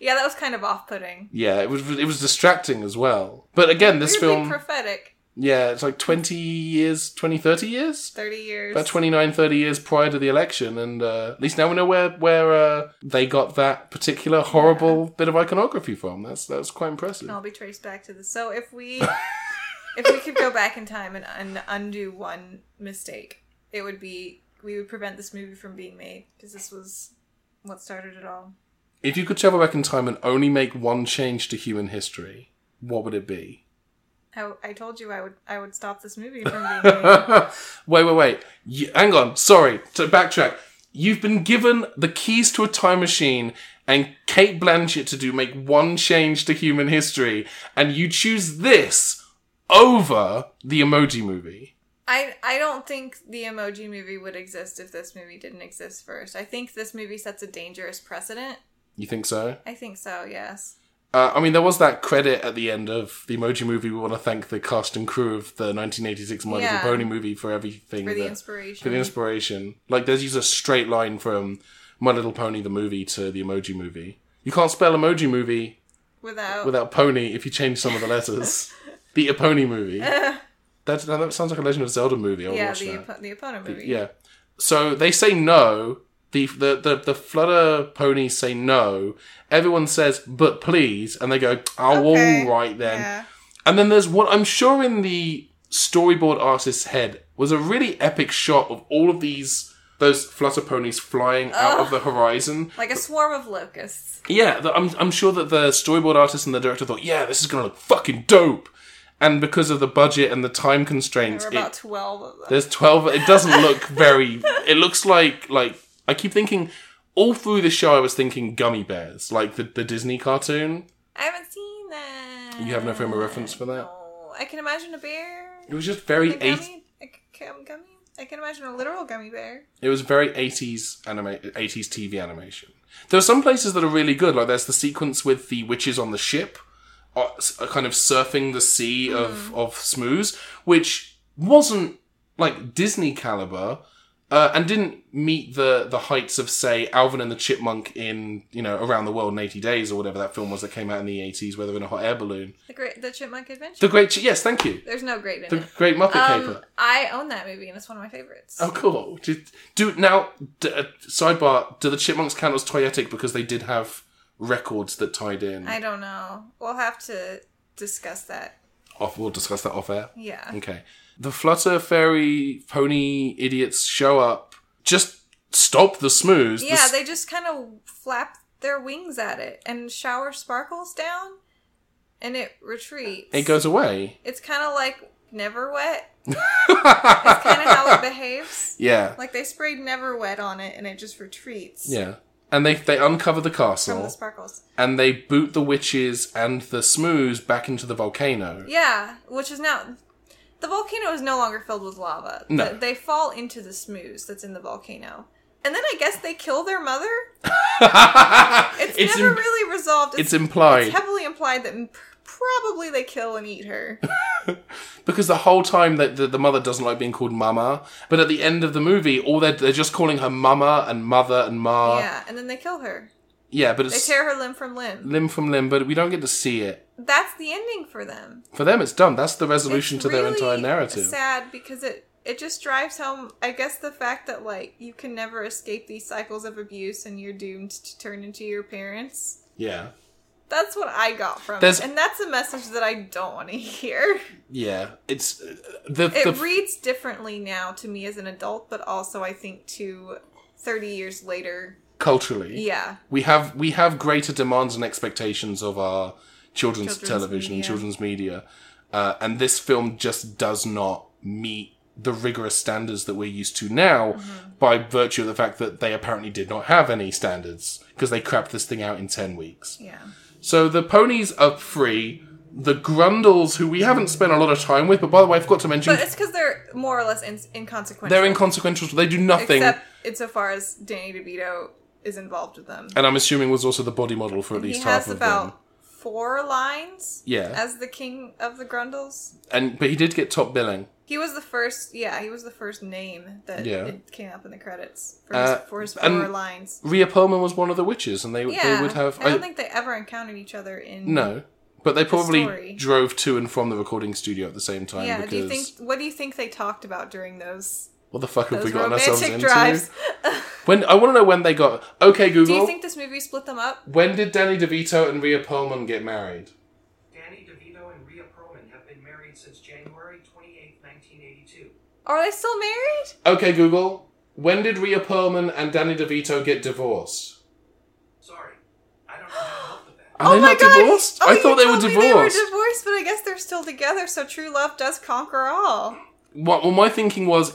Yeah, that was kind of off-putting.
yeah, it was it was distracting as well. But again, this
Weirdly
film,
prophetic.
yeah, it's like twenty years, 20, 30 years.
Thirty years.
about 29 30 years prior to the election and uh, at least now we know where where uh, they got that particular horrible bit of iconography from that's that's quite impressive
And I'll be traced back to this. So if we if we could go back in time and un- undo one mistake, it would be we would prevent this movie from being made because this was what started it all.
if you could travel back in time and only make one change to human history what would it be
I, I told you I would I would stop this movie from being made.
wait wait wait you, hang on sorry to backtrack you've been given the keys to a time machine and kate blanchett to do make one change to human history and you choose this over the emoji movie
I I don't think the Emoji movie would exist if this movie didn't exist first. I think this movie sets a dangerous precedent.
you think so
I think so. Yes.
Uh, I mean, there was that credit at the end of the Emoji Movie. We want to thank the cast and crew of the 1986 My
Yeah.
Little Pony movie for everything
For the
that-
inspiration.
for the inspiration. Like, there's just a straight line from My Little Pony the movie to the Emoji Movie. You can't spell Emoji Movie
Without,
without pony if you change some of the letters. the Pony movie. That that sounds like a Legend of Zelda movie. I'll
Uh. yeah
watch
the
that.
oppo- the opponent movie.
Yeah. So they say no. The, the the the flutter ponies say no. Everyone says but please, and they go, "Oh,
Okay.
all right then."
Yeah.
And then there's what I'm sure in the storyboard artist's head was a really epic shot of all of these those flutter ponies flying out of the horizon.
Like a swarm of locusts.
Yeah, the, I'm I'm sure that the storyboard artist and the director thought, "Yeah, this is gonna look fucking dope." And because of the budget and the time constraints,
There were
it-
about twelve of them.
there's 12. It doesn't look very. It looks like like I keep thinking all through the show. I was thinking gummy bears, like the the Disney cartoon.
I haven't seen that.
You have no frame of reference for that.
No. I can imagine a bear.
It was just
A
very eight.
gummy. A gum- gummy. I can imagine a literal gummy bear.
It was very 80s anima- 80s TV animation. There are some places that are really good. Like there's the sequence with the witches on the ship, uh, s- uh, kind of surfing the sea of of smooze, which wasn't like Disney caliber. Uh, and didn't meet the the heights of say Alvin and the Chipmunk in you know around the world in 80 days or whatever that film was that came out in the 80s where they're in a hot air balloon.
The great, the Chipmunk Adventure.
The Great Ch- yes, thank you.
There's no great in
The
it.
Great Muppet
Um,
Caper.
I own that movie and it's one of my favorites.
Oh, cool. Do, do now d- uh, sidebar. Do the chipmunks count as toyetic because they did have records that tied in?
I don't know. We'll have to discuss that.
Off, we'll discuss that off air.
Yeah.
Okay. The Flutter Fairy Pony idiots show up. Just stop the smooze. The
Yeah,
s-
they just kind of flap their wings at it and shower sparkles down, and it retreats.
it goes away.
It's kind of like never wet. it's kind of how it behaves.
Yeah.
Like they sprayed Never Wet on it, and it just retreats
yeah. And they they uncover the
from
castle
the sparkles.
and they boot the witches and the smooze back into the volcano.
Yeah, which is now the volcano is no longer filled with lava.
No.
Th- they fall into the smooze that's in the volcano, and then I guess they kill their mother. It's,
It's
never
im-
really resolved.
It's implied.
It's heavily implied that m- probably they kill and eat her.
Uh-huh. Because the whole time that the, the mother doesn't like being called mama, but at the end of the movie, all they're, they're just calling her mama and mother and ma. Yeah,
yeah, and then they kill her.
but
They
it's
tear her limb from limb.
limb from limb, but we don't get to see it.
That's the ending for them.
For them, it's done. That's the resolution
It's
to their
really
entire narrative.
Sad because it it just drives home, I guess, the fact that like you can never escape these cycles of abuse and you're doomed to turn into your parents.
Yeah.
That's what I got from
There's-
it, and that's a message that I don't want to hear.
Yeah. It's uh, the
It
the
reads differently now to me as an adult, but also I think to thirty years later.
culturally.
Yeah,
we have we have greater demands and expectations of our children's,
Children's
television and
media.
children's media, uh, and this film just does not meet the rigorous standards that we're used to now
Mm-hmm.
by virtue of the fact that they apparently did not have any standards because they crapped this thing out in 10 weeks.
yeah.
So the ponies are free. The Grundles, who we haven't spent a lot of time with, but by the way, I forgot to mention
But it's because they're more or less in- inconsequential.
they're inconsequential. They do nothing,
except insofar as Danny DeVito is involved with them.
and I'm assuming was also the body model for at
He
least half
has
of them.
about four lines.
Yeah.
As the king of the Grundles,
And but he did get top billing.
he was the first. Yeah, he was the first name that
Yeah.
it came up in the credits for
Uh,
his, for his four
and-
lines.
Rhea Perlman was one of the witches, and they
Yeah,
they would have.
I don't think they ever encountered each other in.
no, but they probably
story.
drove to and from the recording studio at the same time.
Yeah.
because
Do you think? What do you think they talked about during those
what the fuck have we
those
gotten ourselves
romantic
into?
drives?
When I want to know when they got. Okay,
do
Google.
you think this movie split them up?
when did Danny DeVito and Rhea Perlman get married?
Danny DeVito and Rhea Perlman have been married since January 28, 1982.
Are they still married?
Okay, Google. When did Rhea Perlman and Danny DeVito get divorced?
Sorry, I don't know how to help with that.
Are they not divorced?
Oh,
I thought
you
they were
told me They were
divorced.
divorced, but I guess they're still together. So true love does conquer all.
What? Well, my thinking was.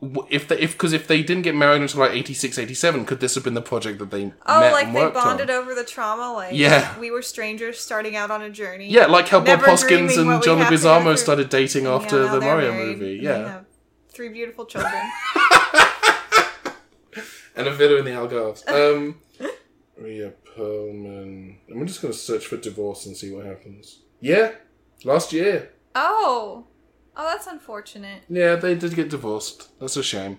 w- If they, if because if they didn't get married until like 86, 87, could this have been the project that they
Oh,
met
like
and
they
worked on?
bonded over the trauma. Like
Yeah.
we were strangers starting out on a journey.
Yeah, like how Bob
Never
Hoskins
dreaming
and
what we'd
John
have to go
Leguizamo
through.
started dating
Yeah,
after
now
the
they're
Mario
married,
movie.
and
Yeah.
they have three beautiful children.
And a villa in the Algarve. Um, Rhea Perlman. I'm just going to search for divorce and see what happens. Yeah, last year.
oh, oh, that's unfortunate.
Yeah, they did get divorced. That's a shame.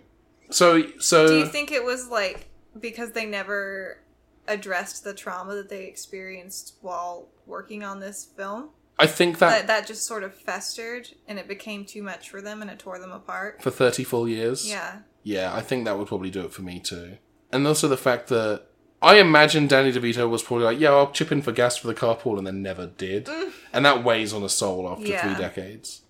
So, so
Do you think it was like because they never addressed the trauma that they experienced while working on this film?
I think
That
that,
that just sort of festered and it became too much for them and it tore them apart.
for 30 full years.
Yeah.
Yeah, I think that would probably do it for me too. And also the fact that I imagine Danny DeVito was probably like, yeah, I'll chip in for gas for the carpool, and then never did. And that weighs on a soul after
Yeah.
three decades.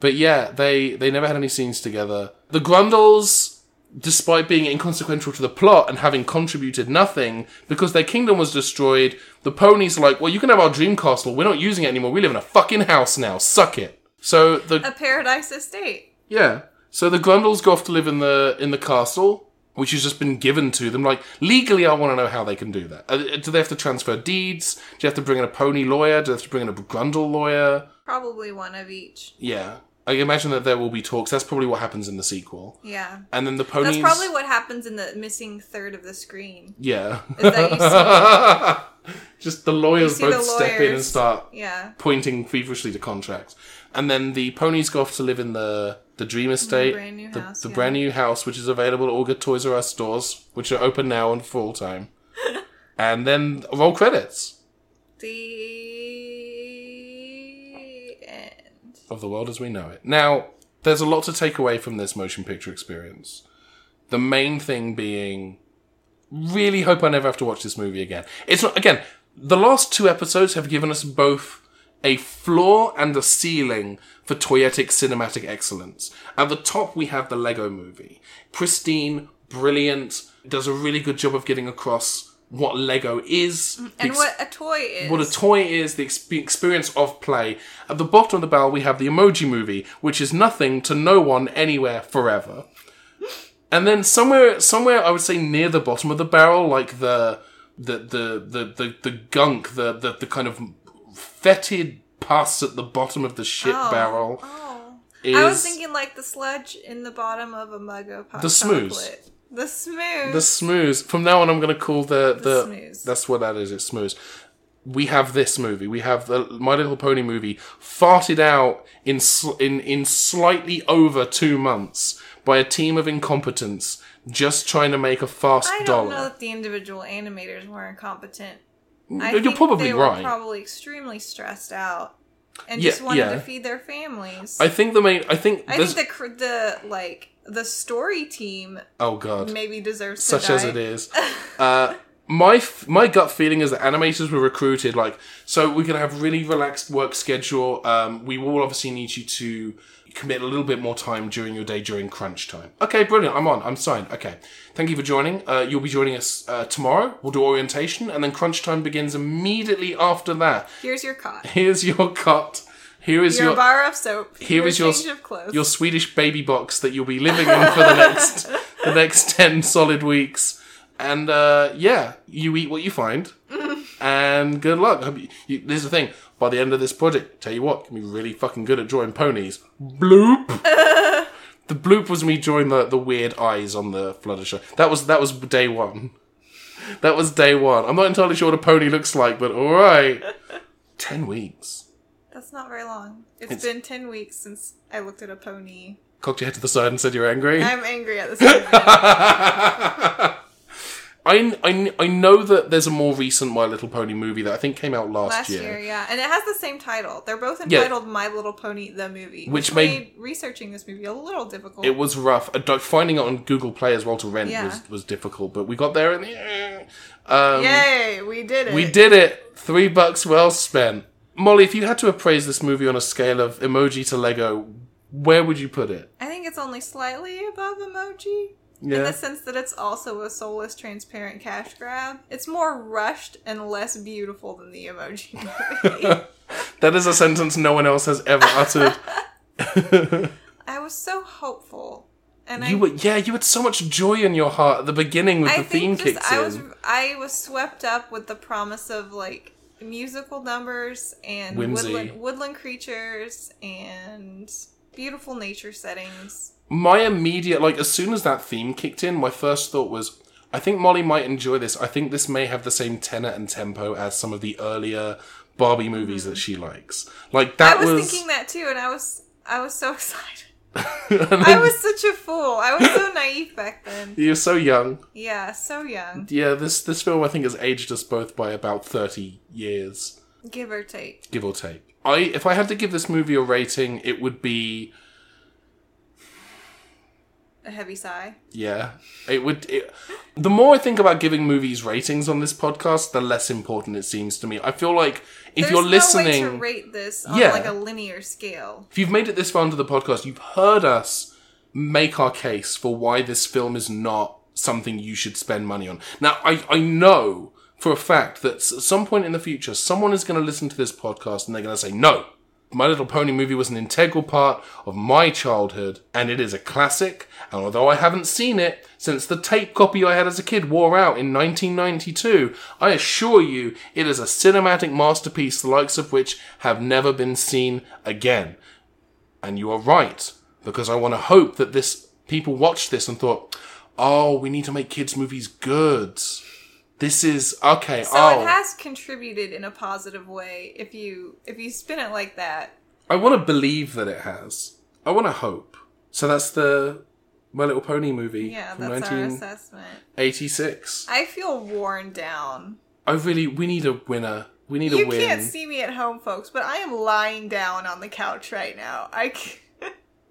But yeah, they, they never had any scenes together. The Grundles, despite being inconsequential to the plot and having contributed nothing, because their kingdom was destroyed, the ponies are like, well, you can have our dream castle. We're not using it anymore. We live in a fucking house now. Suck it. So the
A paradise estate.
yeah. So the Grundles go off to live in the in the castle, which has just been given to them. Like legally, I want to know how they can do that. Uh, Do they have to transfer deeds? Do you have to bring in a pony lawyer? Do they have to bring in a Grundle lawyer?
Probably one of each.
Yeah. I imagine that there will be talks. That's probably what happens in the sequel.
Yeah.
And then the
That's
ponies.
probably what happens in the missing third of the screen.
Yeah.
Is that you see,
just the lawyers
see the
both step in and
lawyers.
start
yeah.
pointing feverishly to contracts. And then the ponies go off to live in the the dream estate,
brand new
the,
house,
the
yeah.
brand new house, which is available at all good Toys R Us stores, which are open now and full time. and then roll credits
The end.
of the world as we know it. Now, there's a lot to take away from this motion picture experience. The main thing being, really hope I never have to watch this movie again. It's not again. The last two episodes have given us both a floor and a ceiling for toyetic cinematic excellence. At the top, we have the Lego movie. Pristine, brilliant, does a really good job of getting across what Lego is.
And
ex-
what a toy is.
what a toy is, the exp- experience of play. At the bottom of the barrel, we have the emoji movie, which is nothing to no one anywhere forever. And then somewhere, somewhere, I would say near the bottom of the barrel, like the the the the the, the gunk, the, the the kind of fetid pus at the bottom of the shit
Oh.
barrel.
Oh.
Is
I was thinking like the sludge in the bottom of a mug of hot
The
chocolate.
smooze.
The smooze.
the smooze. From now on, I'm going to call the the.
smooze.
That's what that is. It's smooze. We have this movie. We have the My Little Pony movie farted out in sl- in in slightly over two months by a team of incompetents just trying to make a fast
I don't
dollar.
know that the individual animators were incompetent.
Mm, You're probably
they
right.
Were probably extremely stressed out. and
Yeah,
just wanted
yeah.
to feed their families.
I think the main. I think.
I
this,
think the cr- the like the story team
oh god.
maybe deserves to
such as
die.
it is. Uh, my f- my gut feeling is that animators were recruited like so we can have really relaxed work schedule. Um, we will obviously need you to commit a little bit more time during your day during crunch time. Okay, brilliant. I'm on. I'm signed. Okay, thank you for joining. Uh, you'll be joining us uh, tomorrow. We'll do orientation, and then crunch time begins immediately after that.
Here's your cot.
Here's your cut. Here is
Your
your
bar of soap.
here
your
is your
change of clothes.
your Swedish baby box that you'll be living in for the next the next ten solid weeks. And uh, yeah, you eat what you find, and good luck. Hope you- you- Here's the thing: by the end of this project, tell you what, can be really fucking good at drawing ponies. Bloop. the bloop was me drawing the, the weird eyes on the Fluttershy. That was that was day one. That was day one. I'm not entirely sure what a pony looks like, but all right. Ten weeks.
That's not very long. it's been ten weeks since I looked at a pony.
Cocked your head to the side and said you're angry.
I'm angry at this. moment.
I, I, I know that there's a more recent My Little Pony movie that I think came out last,
Last
year.
year, yeah, and it has the same title. They're both
Yeah.
entitled "My Little Pony: The Movie,"
Which
made, researching this movie a little difficult.
It was rough. Uh, like, Finding it on Google Play as well to rent
Yeah.
was, was difficult, but we got there in the Um,
Yay, we did it.
We did it. Three bucks well spent. Molly, if you had to appraise this movie on a scale of emoji to Lego, where would you put it?
I think it's only slightly above emoji. In
Yeah.
the sense that it's also a soulless, transparent cash grab. It's more rushed and less beautiful than the emoji movie.
That is a sentence no one else has ever uttered.
I was so hopeful. And I,
you were, yeah, you had so much joy in your heart at the beginning with
I
the theme
think just,
kicks
I
in.
was I was swept up with the promise of like musical numbers and
Whimsy.
woodland woodland creatures and beautiful nature settings.
my immediate like as soon as that theme kicked in my first thought was i think molly might enjoy this i think this may have the same tenor and tempo as some of the earlier barbie movies that she likes like that
I was,
was,
thinking that too, and I was I was so excited.
And
I
then-
was such a fool. I was so naive back then.
you're so young
Yeah, so young,
yeah this this film i think has aged us both by about 30 years
give or take.
give or take i if i had to give this movie a rating it would be
A heavy sigh.
Yeah, it would. It, the more I think about giving movies ratings on this podcast, the less important it seems to me. I feel like if
There's
you're
no
listening,
way to rate this on
Yeah.
like a linear scale.
if you've made it this far into the podcast, you've heard us make our case for why this film is not something you should spend money on. Now, I, I know for a fact that s- at some point in the future, someone is going to listen to this podcast and they're going to say, no, My Little Pony movie was an integral part of my childhood and it is a classic. And although I haven't seen it since the tape copy I had as a kid wore out in 1992, I assure you it is a cinematic masterpiece the likes of which have never been seen again. And you are right, because I want to hope that this people watched this and thought, "Oh, we need to make kids' movies good." This is okay.
So
oh,
it has contributed in a positive way if you if you spin it like that.
I want to believe that it has. I want to hope. So that's the My Little Pony movie
Yeah,
from
that's our
1986.
assessment. I feel worn down.
I really, we need a winner. We need
You
a win.
can't see me at home, folks, but I am lying down on the couch right now. I c-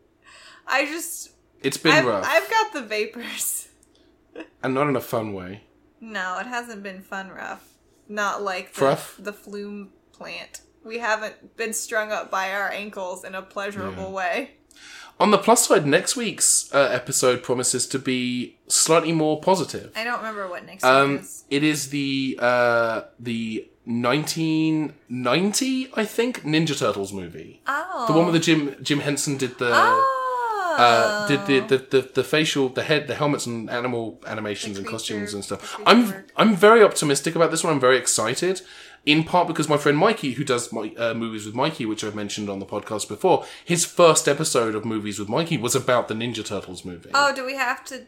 I just
it's been
I've,
rough,
I've got the vapors.
and not in a fun way.
No, it hasn't been fun rough. Not like the,
Fruff?
the flume plant. We haven't been strung up by our ankles in a pleasurable way.
On the plus side, next week's uh, episode promises to be slightly more positive.
I don't remember what next week
Um,
is.
it is the uh, the 1990, I think, Ninja Turtles movie.
Oh.
The one with the Jim Jim Henson did the
Oh.
uh, did the, the, the, the facial, the head, the helmets, and animal animations
The
and
creature-
costumes and
the
stuff.
creature
I'm
work.
I'm very optimistic about this one. I'm very excited, in part because my friend Mikey, who does my uh, movies with Mikey, which I've mentioned on the podcast before, his first episode of movies with Mikey was about the Ninja Turtles movie.
Oh, do we have to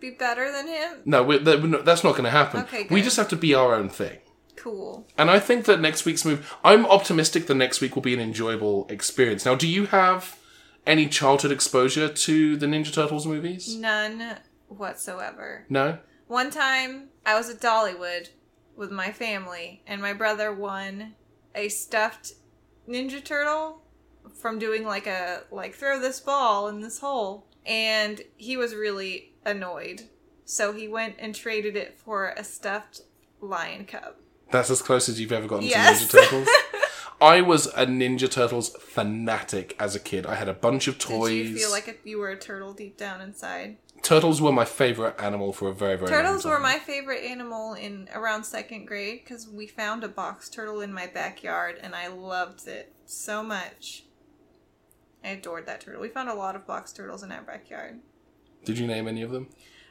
be better than him?
No, we're, that- we're not- that's not going to happen.
Okay,
we
good.
just have to be our own thing.
Cool.
And I think that next week's move, I'm optimistic the next week will be an enjoyable experience. Now, do you have any childhood exposure to the Ninja Turtles movies?
None whatsoever.
No?
One time, I was at Dollywood with my family, and my brother won a stuffed Ninja Turtle from doing like a like throw this ball in this hole, and he was really annoyed. So he went and traded it for a stuffed lion cub.
That's as close as you've ever gotten
Yes.
to Ninja Turtles. I was a Ninja Turtles fanatic as a kid. I had a bunch of
Did
toys.
you feel like a, you were a turtle deep down inside?
Turtles were my favorite animal for a very, very
Turtles
long
were
time.
my favorite animal in around second grade because we found a box turtle in my backyard and I loved it so much. I adored that turtle. We found a lot of box turtles in our backyard.
Did you name any of them?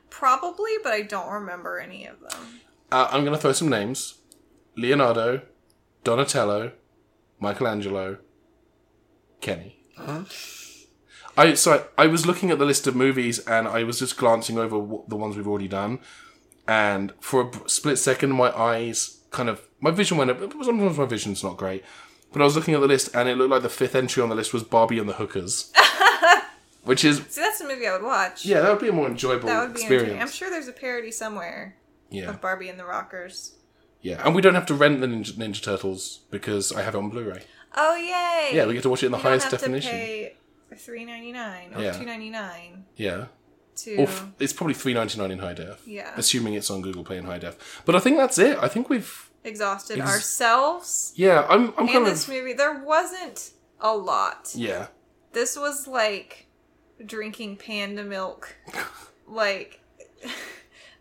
Probably, but I don't remember any of them.
Uh, I'm going to throw some names: Leonardo, Donatello, Michelangelo, Kenny.
Uh-huh.
I so I, I was looking at the list of movies and I was just glancing over w- the ones we've already done, and for a b- split second, my eyes kind of my vision went up. Sometimes my vision's not great, but I was looking at the list and it looked like the fifth entry on the list was Barbie and the Hookers, which is
See, that's a movie I would watch.
yeah, that would be a more enjoyable
that would be interesting. I'm
experience.
sure there's a parody somewhere
Yeah,
of Barbie and the Rockers.
yeah, and we don't have to rent the Ninja, Ninja Turtles because I have it on Blu-ray.
Oh yay!
Yeah, we get to watch it in the
You don't
highest
have
definition.
To pay three ninety nine or
Yeah.
two ninety nine
Yeah.
to.
Or f- it's probably three ninety nine in high def.
Yeah.
Assuming it's on Google Play in high def. But I think that's it. I think we've
exhausted
Ex-
ourselves
yeah. I'm I'm
and
kind
this
of
movie. There wasn't a lot.
yeah.
This was like drinking panda milk. like,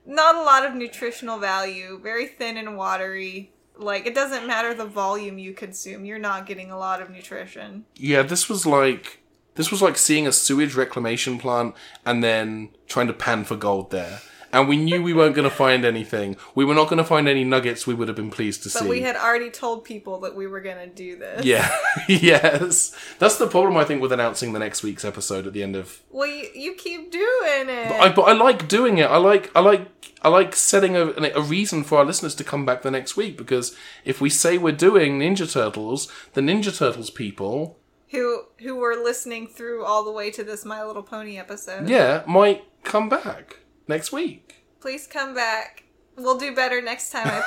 not a lot of nutritional value, very thin and watery. Like, it doesn't matter the volume you consume, you're not getting a lot of nutrition.
Yeah. This was like this was like seeing a sewage reclamation plant and then trying to pan for gold there. And we knew we weren't going to find anything. We were not going to find any nuggets. We would have been pleased to
But
see.
we had already told people that we were going to do this.
yeah. yes. That's the problem I think with announcing the next week's episode at the end of
Well, you, you keep doing it.
I, but I like doing it. I like I like I like setting a, a reason for our listeners to come back the next week because if we say we're doing Ninja Turtles, the Ninja Turtles people,
who who were listening through all the way to this My Little Pony episode.
yeah, might come back next week.
Please come back. We'll do better next time, I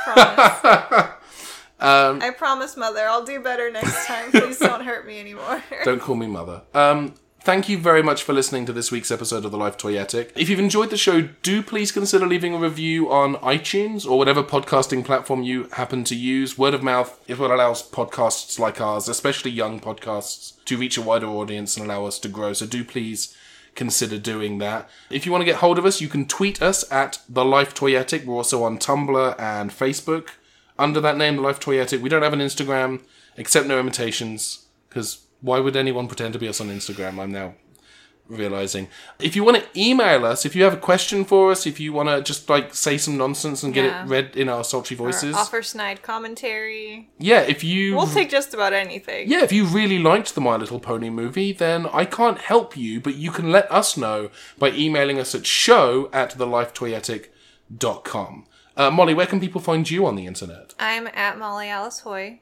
promise.
um,
I promise, Mother. I'll do better next time. Please don't hurt me anymore.
don't call me mother. Um, thank you very much for listening to this week's episode of the Life Toyetic. If you've enjoyed the show, do please consider leaving a review on iTunes or whatever podcasting platform you happen to use. Word of mouth is what allows podcasts like ours, especially young podcasts, to reach a wider audience and allow us to grow. So do please consider doing that. If you want to get hold of us, you can tweet us at the Life Toyetic. We're also on Tumblr and Facebook under that name, the Life Toyetic. We don't have an Instagram, accept no imitations, because why would anyone pretend to be us on Instagram? I'm now realizing. If you want to email us, if you have a question for us, if you want to just like say some nonsense and get
Yeah.
it read in our sultry voices,
Offer snide commentary.
yeah. If you
We'll take just about anything.
Mm. yeah, if you really liked the My Little Pony movie, then I can't help you, but you can let us know by emailing us at show at thelifetoyetic.com. Uh, Molly, where can people find you on the internet?
I'm at Molly Alice Hoy.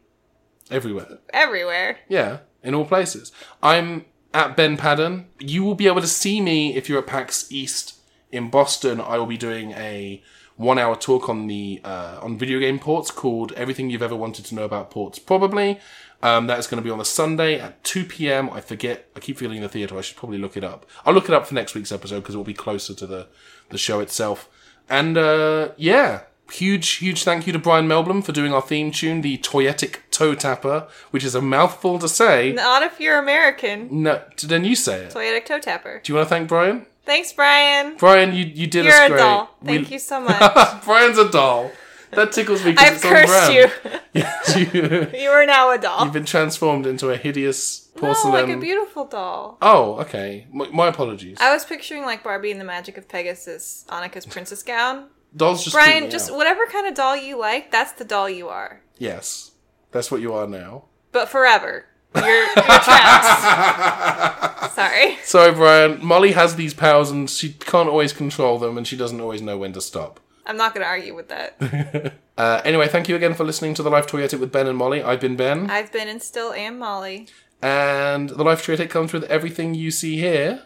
Everywhere.
Everywhere.
Yeah, in all places. I'm at Ben Padden. You will be able to see me if you're at PAX East in Boston. I will be doing a one-hour talk on the uh, on video game ports called "Everything You've Ever Wanted to Know About Ports." Probably um, that is going to be on the Sunday at 2 p.m. I forget. I keep feeling the theater. I should probably look it up. I'll look it up for next week's episode because it will be closer to the the show itself. And uh, yeah, huge, huge thank you to Brian Melblom for doing our theme tune, the Toyetic Toe Tapper, which is a mouthful to say.
Not if you're American.
No, then you say it.
Toyetic toe tapper.
Do you want to thank Brian?
Thanks, Brian.
Brian, you, you did
You're
us
a
great.
doll.
We-
Thank you so much.
Brian's a doll. That tickles me because
I've
it's on
cursed you.
brand. Yes, you.
You are now a doll.
You've been transformed into a hideous porcelain.
No, like a beautiful doll.
oh, okay. My, my apologies.
I was picturing like Barbie and the Magic of Pegasus, Annika's princess gown.
Dolls just keep
Brian,
me
just
out.
whatever kind of doll you like, that's the doll you are.
yes, that's what you are now.
But forever, you're, you're trapped. Sorry.
Sorry, Brian. Molly has these powers and she can't always control them and she doesn't always know when to stop.
I'm not going to argue with that.
Uh, anyway, thank you again for listening to The Life Toyetic with Ben and Molly. I've been Ben.
I've been and still am Molly.
and The Life Toyetic comes with everything you see here.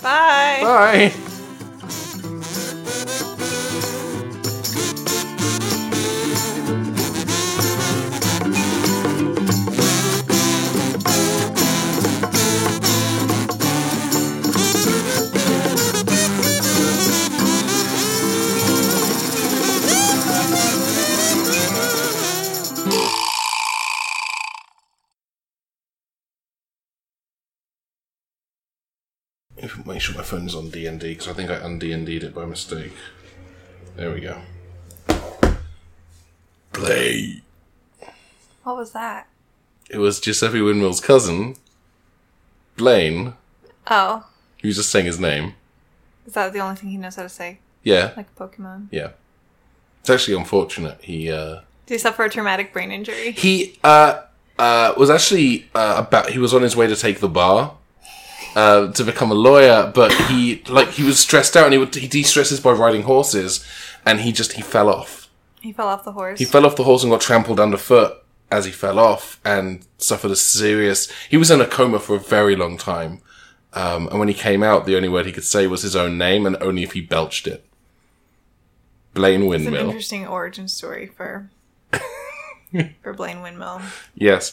Bye.
Bye. If- Make sure my phone's on D and D because I think I und and would it by mistake. There we go. Play.
What was that?
It was Giuseppe Windmill's cousin, Blaine,
Oh,
who was just saying his name.
is that the only thing he knows how to say?
Yeah,
Like Pokemon?
yeah. It's actually unfortunate. He uh,
Did he suffer a traumatic brain injury?
he uh, uh, was actually uh, about. He was on his way to take the bar uh, to become a lawyer, but he like he was stressed out, and he would he de-stresses by riding horses, and he just he fell off.
He fell off the horse.
He fell off the horse and got trampled underfoot as he fell off and suffered a serious. He was in a coma for a very long time. Um, and when he came out, the only word he could say was his own name, and only if he belched it. Blaine
It's an
Windmill.
interesting origin story for for Blaine Windmill.
Yes.